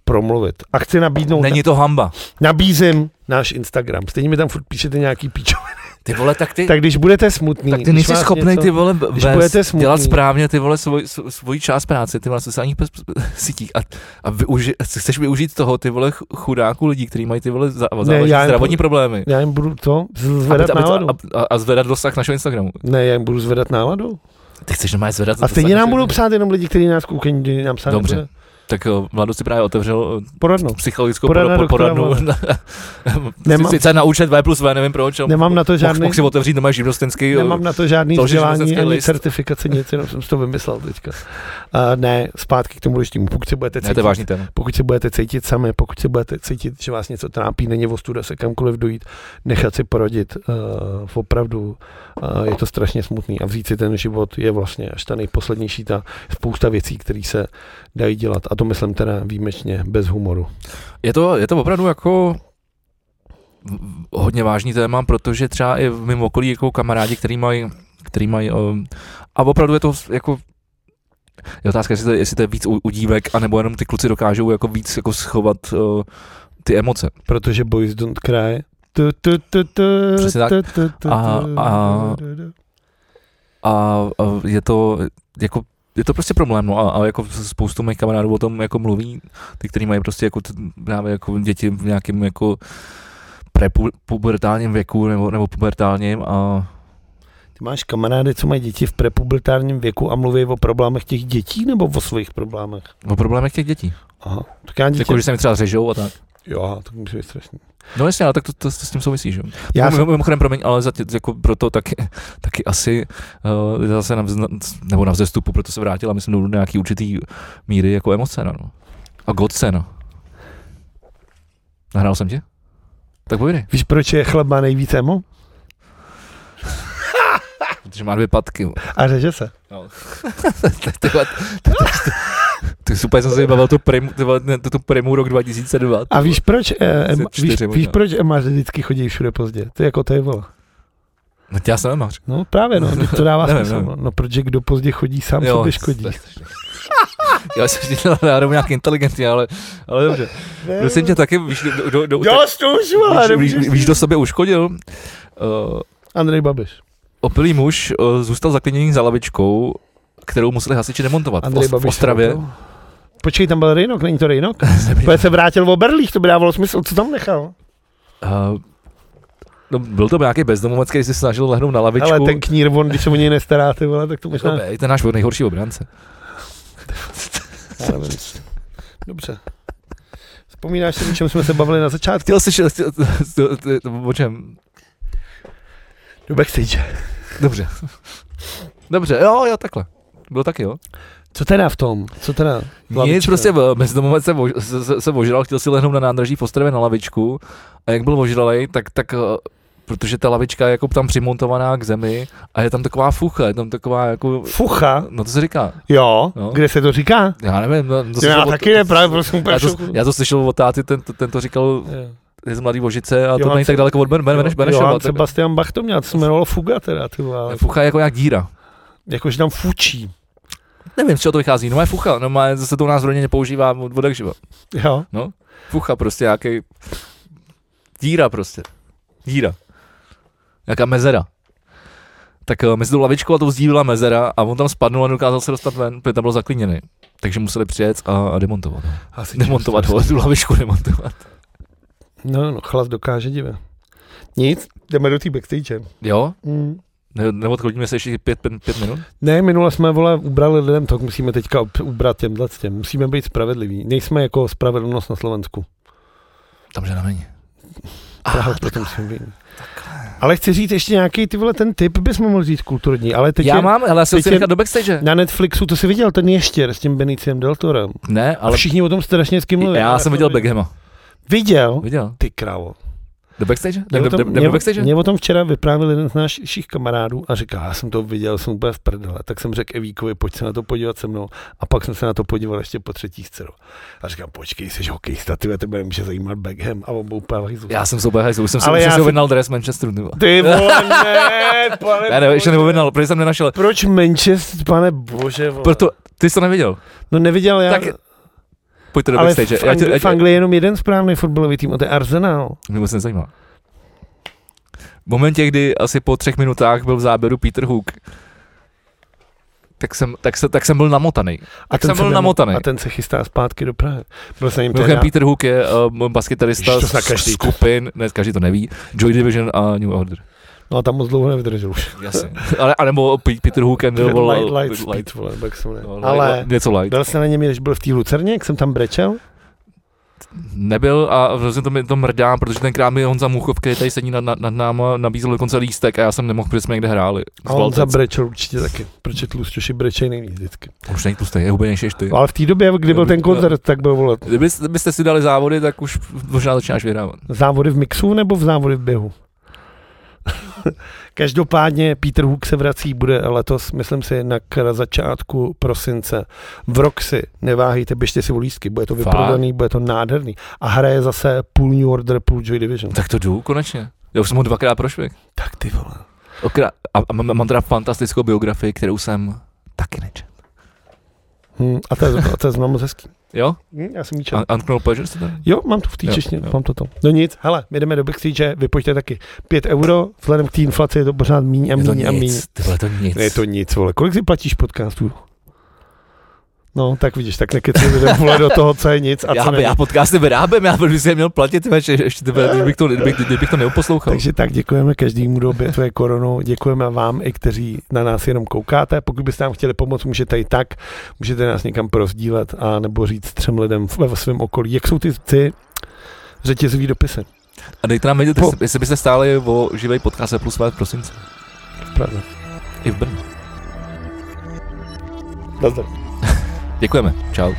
[SPEAKER 2] promluvit. A chci nabídnout,
[SPEAKER 1] Není to hamba.
[SPEAKER 2] nabízím náš Instagram. Stejně mi tam furt píšete nějaký píčo.
[SPEAKER 1] Ty vole, tak ty,
[SPEAKER 2] Tak když budete smutný,
[SPEAKER 1] tak ty
[SPEAKER 2] když
[SPEAKER 1] nejsi
[SPEAKER 2] vás
[SPEAKER 1] schopný
[SPEAKER 2] něco-
[SPEAKER 1] ty vole vést,
[SPEAKER 2] budete smutný.
[SPEAKER 1] dělat správně ty vole svoj, svoj, svoji část práce, ty vole na sociálních pes- sítích a, a využi, chceš využít toho ty vole ch- chudáků lidí, kteří mají ty vole za, závažné
[SPEAKER 2] já jim
[SPEAKER 1] zdravotní
[SPEAKER 2] po-
[SPEAKER 1] problémy.
[SPEAKER 2] Já jim budu to zvedat
[SPEAKER 1] aby,
[SPEAKER 2] náladu.
[SPEAKER 1] aby, a, a zvedat dosah našeho Instagramu.
[SPEAKER 2] Ne, já jim budu zvedat náladu.
[SPEAKER 1] Ty chceš normálně zvedat
[SPEAKER 2] A
[SPEAKER 1] dosah
[SPEAKER 2] stejně nám
[SPEAKER 1] našeho-
[SPEAKER 2] budou psát jenom lidi, kteří nás koukají, nikdy nám psát
[SPEAKER 1] Dobře.
[SPEAKER 2] nebude.
[SPEAKER 1] Tak jo, Vlado si právě otevřel eh,
[SPEAKER 2] Poradnu.
[SPEAKER 1] psychologickou
[SPEAKER 2] Porada
[SPEAKER 1] poradu,
[SPEAKER 2] doktora
[SPEAKER 1] poradnu.
[SPEAKER 2] Nemám-
[SPEAKER 1] Nemám. Sice na účet V plus V, nevím proč. ale
[SPEAKER 2] Nemám na to
[SPEAKER 1] Mohl,
[SPEAKER 2] žádný,
[SPEAKER 1] mohl si otevřít doma živnostenský. eh,
[SPEAKER 2] nemám na to žádný
[SPEAKER 1] to, že
[SPEAKER 2] vzdělání,
[SPEAKER 1] živnostenský
[SPEAKER 2] ani
[SPEAKER 1] list.
[SPEAKER 2] certifikace, nic, jenom jsem si to vymyslel teďka. Uh, ne, zpátky k tomu lištímu. Pokud se budete
[SPEAKER 1] Ne, to
[SPEAKER 2] cítit,
[SPEAKER 1] je vážný téma.
[SPEAKER 2] pokud se budete cítit sami, pokud se budete cítit, že vás něco trápí, není ostuda se kamkoliv dojít, nechat si porodit, uh, opravdu uh, je to strašně smutný a vzít si ten život je vlastně až ta nejposlednější ta spousta věcí, které se dají dělat a to myslím teda výjimečně bez humoru.
[SPEAKER 1] Je to, je to opravdu jako v- hodně vážný téma, protože třeba i v mém okolí jako kamarádi, který mají, který mají um, a opravdu je to s- jako je otázka, jestli to, jestli to je víc u, u dívek, anebo jenom ty kluci dokážou jako víc jako schovat uh, ty emoce.
[SPEAKER 2] Protože Boys Don't Cry. Tu, tu, tu, tu,
[SPEAKER 1] Přesně tak.
[SPEAKER 2] tu, tu, tu,
[SPEAKER 1] A-
[SPEAKER 2] tu,
[SPEAKER 1] a-
[SPEAKER 2] tu, tu, tu.
[SPEAKER 1] A, a je to jako je to prostě problém, no a, a jako spoustu mých kamarádů o tom jako mluví, ty, kteří mají prostě jako t- právě jako děti v nějakém jako prepubertálním věku nebo, nebo pubertálním a
[SPEAKER 2] Ty máš kamarády, co mají děti v prepubertárním věku a mluví o problémech těch dětí nebo o svých problémech?
[SPEAKER 1] o problémech těch dětí.
[SPEAKER 2] Aha. Tak já dítě...
[SPEAKER 1] Jako, že se mi třeba řežou a tak.
[SPEAKER 2] Jo, aha, to může být strašný.
[SPEAKER 1] No jasně, ale tak to, to, to s tím souvisí, že?
[SPEAKER 2] Já
[SPEAKER 1] Já
[SPEAKER 2] jsem...
[SPEAKER 1] Mimochodem, promiň, ale za tě, jako proto taky, taky asi uh, zase na, vzna, nebo na vzestupu, proto se vrátila, myslím, do nějaký určitý míry jako emocena, no. A godsena. Nahrál jsem tě? Tak povídej,
[SPEAKER 2] Víš, proč je chleba nejvíc emo?
[SPEAKER 1] protože má dvě patky. jo.
[SPEAKER 2] A řeže se.
[SPEAKER 1] Ty vole, ty- ty- Ty super jsem si vybavil tu primu, ty vole, ne, tu, tu primu rok 2002.
[SPEAKER 2] A víš, proč, eh, em,
[SPEAKER 1] Asi
[SPEAKER 2] víš,
[SPEAKER 1] čtyři možná.
[SPEAKER 2] víš, proč emaři vždycky chodí všude pozdě? To je jako to je vole.
[SPEAKER 1] No, já jsem nemář.
[SPEAKER 2] No právě, no, teď to dává
[SPEAKER 1] Nevím,
[SPEAKER 2] smysl.
[SPEAKER 1] nevím.
[SPEAKER 2] No, no, protože kdo pozdě chodí, sám
[SPEAKER 1] Jo,
[SPEAKER 2] sobě škodí.
[SPEAKER 1] Já jsem si dělal nějak inteligentně, ale, ale dobře. Prosím tě, taky víš, do, do, do,
[SPEAKER 2] Jo, zkoušu, ale
[SPEAKER 1] tak, víš, víš,
[SPEAKER 2] nemůžeš-
[SPEAKER 1] víš, kdo sobě uškodil? Uh,
[SPEAKER 2] Andrej Babiš.
[SPEAKER 1] opilý muž uh, zůstal zaklíněný za lavičkou, kterou museli hasiči demontovat v,
[SPEAKER 2] Andrej
[SPEAKER 1] Os- v
[SPEAKER 2] Babiš.
[SPEAKER 1] Ostravě.
[SPEAKER 2] to- Počkej, tam byl Rejnok, není to Rejnok? Protože se vrátil o Berlích, to by dávalo smysl, co tam nechal?
[SPEAKER 1] Uh, no, byl to nějaký bezdomovec, který se snažil lehnout na lavičku.
[SPEAKER 2] Ale ten knír, on, když se o něj nestará, ty vole, tak to možná...
[SPEAKER 1] Dobej, ten náš nejhorší obránce.
[SPEAKER 2] Já nevím. Dobře. Vzpomínáš si, o čem jsme se bavili na začátku?
[SPEAKER 1] Chtěl jsi, chtěl, chtěl, chtěl, chtěl, o čem?
[SPEAKER 2] Do backstage.
[SPEAKER 1] Dobře. Dobře, jo, jo, takhle. Bylo taky, jo?
[SPEAKER 2] Co teda v tom? Co teda?
[SPEAKER 1] Nic,
[SPEAKER 2] Lavička.
[SPEAKER 1] prostě eh, bezdomovec se, vož- se, se, se ožral, chtěl si lehnout na nádraží v Ostravě na lavičku a jak byl ožralej, tak, tak eh, protože ta lavička je jako tam přimontovaná k zemi a je tam taková fucha, je tam taková jako,
[SPEAKER 2] Fucha,
[SPEAKER 1] no to se říká,
[SPEAKER 2] jo,
[SPEAKER 1] No.
[SPEAKER 2] kde se to říká?
[SPEAKER 1] já nevím, no, to
[SPEAKER 2] To já
[SPEAKER 1] slyšel od-
[SPEAKER 2] taky ne, právě prosím, úplně
[SPEAKER 1] já
[SPEAKER 2] v
[SPEAKER 1] to,
[SPEAKER 2] šoku.
[SPEAKER 1] já to slyšel od táty, ten, ten to říkal,
[SPEAKER 2] Jo.
[SPEAKER 1] je z mladý vožice a to
[SPEAKER 2] Johann
[SPEAKER 1] není tak
[SPEAKER 2] Seb-
[SPEAKER 1] daleko od Ben, ben, ben, ben,
[SPEAKER 2] Johann Sebastian Bach to měl, to se jmenovalo Fuga teda, ty vole, ale
[SPEAKER 1] Fucha je jako nějak díra.
[SPEAKER 2] jakože tam fučí,
[SPEAKER 1] Nevím, z čeho to vychází, no má fucha, no má, zase to u nás v rodině používá od vodek živa.
[SPEAKER 2] jo.
[SPEAKER 1] Fucha prostě, nějaký díra prostě. Díra. Nějaká mezera. Tak eh, mezi tou lavičkou a tou zdí byla mezera a on tam spadnul a dokázal se dostat ven, protože tam byl zaklíněný. Takže museli přijet a, a demontovat. ho.
[SPEAKER 2] Asi
[SPEAKER 1] Demontovat ho, tu lavičku demontovat.
[SPEAKER 2] No, no, chlast dokáže divě. Nic, jdeme do té backstage.
[SPEAKER 1] Jo?
[SPEAKER 2] Mm.
[SPEAKER 1] Ne, neodchodíme se ještě pět, pět, pět minut?
[SPEAKER 2] Ne, minule jsme, vole, ubrali lidem to, musíme teďka ob- ubrat těmhle těm. Musíme být spravedliví. Nejsme jako spravedlnost na Slovensku.
[SPEAKER 1] Tam žena není. Ah,
[SPEAKER 2] Právě proto musíme být. Ale chci říct ještě nějaký, ty vole, ten typ bychom mohli říct kulturní, ale teď
[SPEAKER 1] já
[SPEAKER 2] je,
[SPEAKER 1] mám, ale já jsem
[SPEAKER 2] teď
[SPEAKER 1] si
[SPEAKER 2] je-
[SPEAKER 1] říkal do backstage.
[SPEAKER 2] na Netflixu, to si viděl, ten ještěr s tím Beniciem Deltorem.
[SPEAKER 1] Ne,
[SPEAKER 2] Ale
[SPEAKER 1] ale
[SPEAKER 2] všichni o tom strašně s kým mluví.
[SPEAKER 1] já jsem
[SPEAKER 2] to
[SPEAKER 1] viděl
[SPEAKER 2] viděl.
[SPEAKER 1] Beckhama.
[SPEAKER 2] Viděl?
[SPEAKER 1] Viděl.
[SPEAKER 2] Ty krávo.
[SPEAKER 1] Do backstage? Jdem
[SPEAKER 2] Mě o
[SPEAKER 1] do,
[SPEAKER 2] tom-
[SPEAKER 1] do, do, do backstage?
[SPEAKER 2] Mě o tom včera vyprávěl jeden z našich kamarádů a říká, já jsem to viděl, jsem úplně v prdele. Tak jsem řekl Evíkovi, pojď se na to podívat se mnou. A pak jsem se na to podíval ještě po třetí s dcerou. A říkám, počkej, jsi hokejista, ty tebe nemůže zajímat Beckham. A on byl úplně hajzl.
[SPEAKER 1] Já jsem se úplně hajzl, už jsem si,
[SPEAKER 2] Ale
[SPEAKER 1] už jsem
[SPEAKER 2] já
[SPEAKER 1] si
[SPEAKER 2] jsem-
[SPEAKER 1] objednal dres Manchesteru. Ty vole.
[SPEAKER 2] Ty vole, ne, pane
[SPEAKER 1] Ne, ne, ještě
[SPEAKER 2] bože.
[SPEAKER 1] neobjednal, protože jsem nenašel.
[SPEAKER 2] Proč Manchester, pane bože, vole.
[SPEAKER 1] Proto, ty jsi to neviděl.
[SPEAKER 2] No neviděl já,
[SPEAKER 1] Tak Pojďte do
[SPEAKER 2] ale v,
[SPEAKER 1] backstage. Já tě,
[SPEAKER 2] Angli-
[SPEAKER 1] já
[SPEAKER 2] v
[SPEAKER 1] tě,
[SPEAKER 2] Anglii je jenom jeden správný fotbalový tým a to je Arsenal.
[SPEAKER 1] mě moc nezajímá. V momentě, kdy asi po třech minutách byl v záběru Peter Hook, tak jsem, tak, se, tak jsem byl namotaný.
[SPEAKER 2] A
[SPEAKER 1] jsem byl
[SPEAKER 2] nemo-
[SPEAKER 1] namotaný.
[SPEAKER 2] A ten se chystá zpátky do Prahy. Byl jsem jim
[SPEAKER 1] Mimochodem Peter Hook je uh, basketarista
[SPEAKER 2] Ježiš, to zná
[SPEAKER 1] z
[SPEAKER 2] každý.
[SPEAKER 1] skupin, ne, každý to neví, Joy Division a New Order.
[SPEAKER 2] No a tam moc dlouho nevydržel už.
[SPEAKER 1] Jasně. Ale, a nebo P- Peter Hook and the
[SPEAKER 2] light, light,
[SPEAKER 1] Light-
[SPEAKER 2] speed, vole, jak se jmenuje.
[SPEAKER 1] no, light-
[SPEAKER 2] Ale
[SPEAKER 1] light- něco light.
[SPEAKER 2] dal se na něm, když byl v té Lucerně, jak jsem tam brečel?
[SPEAKER 1] Nebyl a hrozně to, mi- to mrdá, protože tenkrát mi Honza Muchov, který tady sedí nad, nad, nad náma, nabízel dokonce lístek a já jsem nemohl, protože jsme někde hráli.
[SPEAKER 2] A on zabrečel určitě taky, protože tlustěši brečej nejvíc vždycky. No,
[SPEAKER 1] On už není tlustý, je hubenější než ty.
[SPEAKER 2] Ale v té době, kdy byl ten koncert, tak byl volat
[SPEAKER 1] Kdyby, kdybyste si dali závody, tak už možná začínáš vyhrávat.
[SPEAKER 2] závody v mixu nebo v závody v běhu? Každopádně Peter Hook se vrací, bude letos, myslím si, na k- začátku prosince. V Roxy, neváhejte, běžte si o lístky, bude to
[SPEAKER 1] Fakt?
[SPEAKER 2] vyprodaný, bude to nádherný. A hraje zase půl New Order, půl Joy Division.
[SPEAKER 1] Tak to jdu konečně. Já už jsem ho dvakrát prošvih.
[SPEAKER 2] Tak ty vole.
[SPEAKER 1] Okra- a, a, mám- mám teda fantastickou biografii, kterou jsem taky nečetl.
[SPEAKER 2] Hmm, a to je, a to je moc hezký.
[SPEAKER 1] Jo?
[SPEAKER 2] Hm, já jsem ji četl.
[SPEAKER 1] Un- Unknown Pleasures to tam?
[SPEAKER 2] Jo, mám tu v té
[SPEAKER 1] Jo,
[SPEAKER 2] češtině,
[SPEAKER 1] jo.
[SPEAKER 2] mám to tam. No nic, hele, my jdeme do backstage, vypočte taky 5 euro, vzhledem k té inflaci je to pořád míň a
[SPEAKER 1] Je to
[SPEAKER 2] míň a míň.
[SPEAKER 1] nic, ty vole, to nic.
[SPEAKER 2] Je to nic, vole. Kolik si platíš podcastů? No, tak vidíš, tak nekeci lidem vole do toho, co je nic a co
[SPEAKER 1] já,
[SPEAKER 2] není.
[SPEAKER 1] já podcasty vyrábím, já bych si je měl platit, ty vole, že ještě ty vole, kdybych to, kdybych, kdybych to neuposlouchal.
[SPEAKER 2] Takže tak děkujeme každému, kdo obětuje koronu, děkujeme vám i kteří na nás jenom koukáte. Pokud byste nám chtěli pomoct, můžete i tak, můžete nás někam prozdílet a nebo říct třem lidem v- ve svém okolí, jak jsou ty, ty řetězový dopisy
[SPEAKER 1] A dejte nám vědět,
[SPEAKER 2] Po-
[SPEAKER 1] jestli, jestli byste stáli o živej podcast plus v prosince.
[SPEAKER 2] v Praze.
[SPEAKER 1] I v Brně.
[SPEAKER 2] Nazdar.
[SPEAKER 1] Děkujeme. Čau.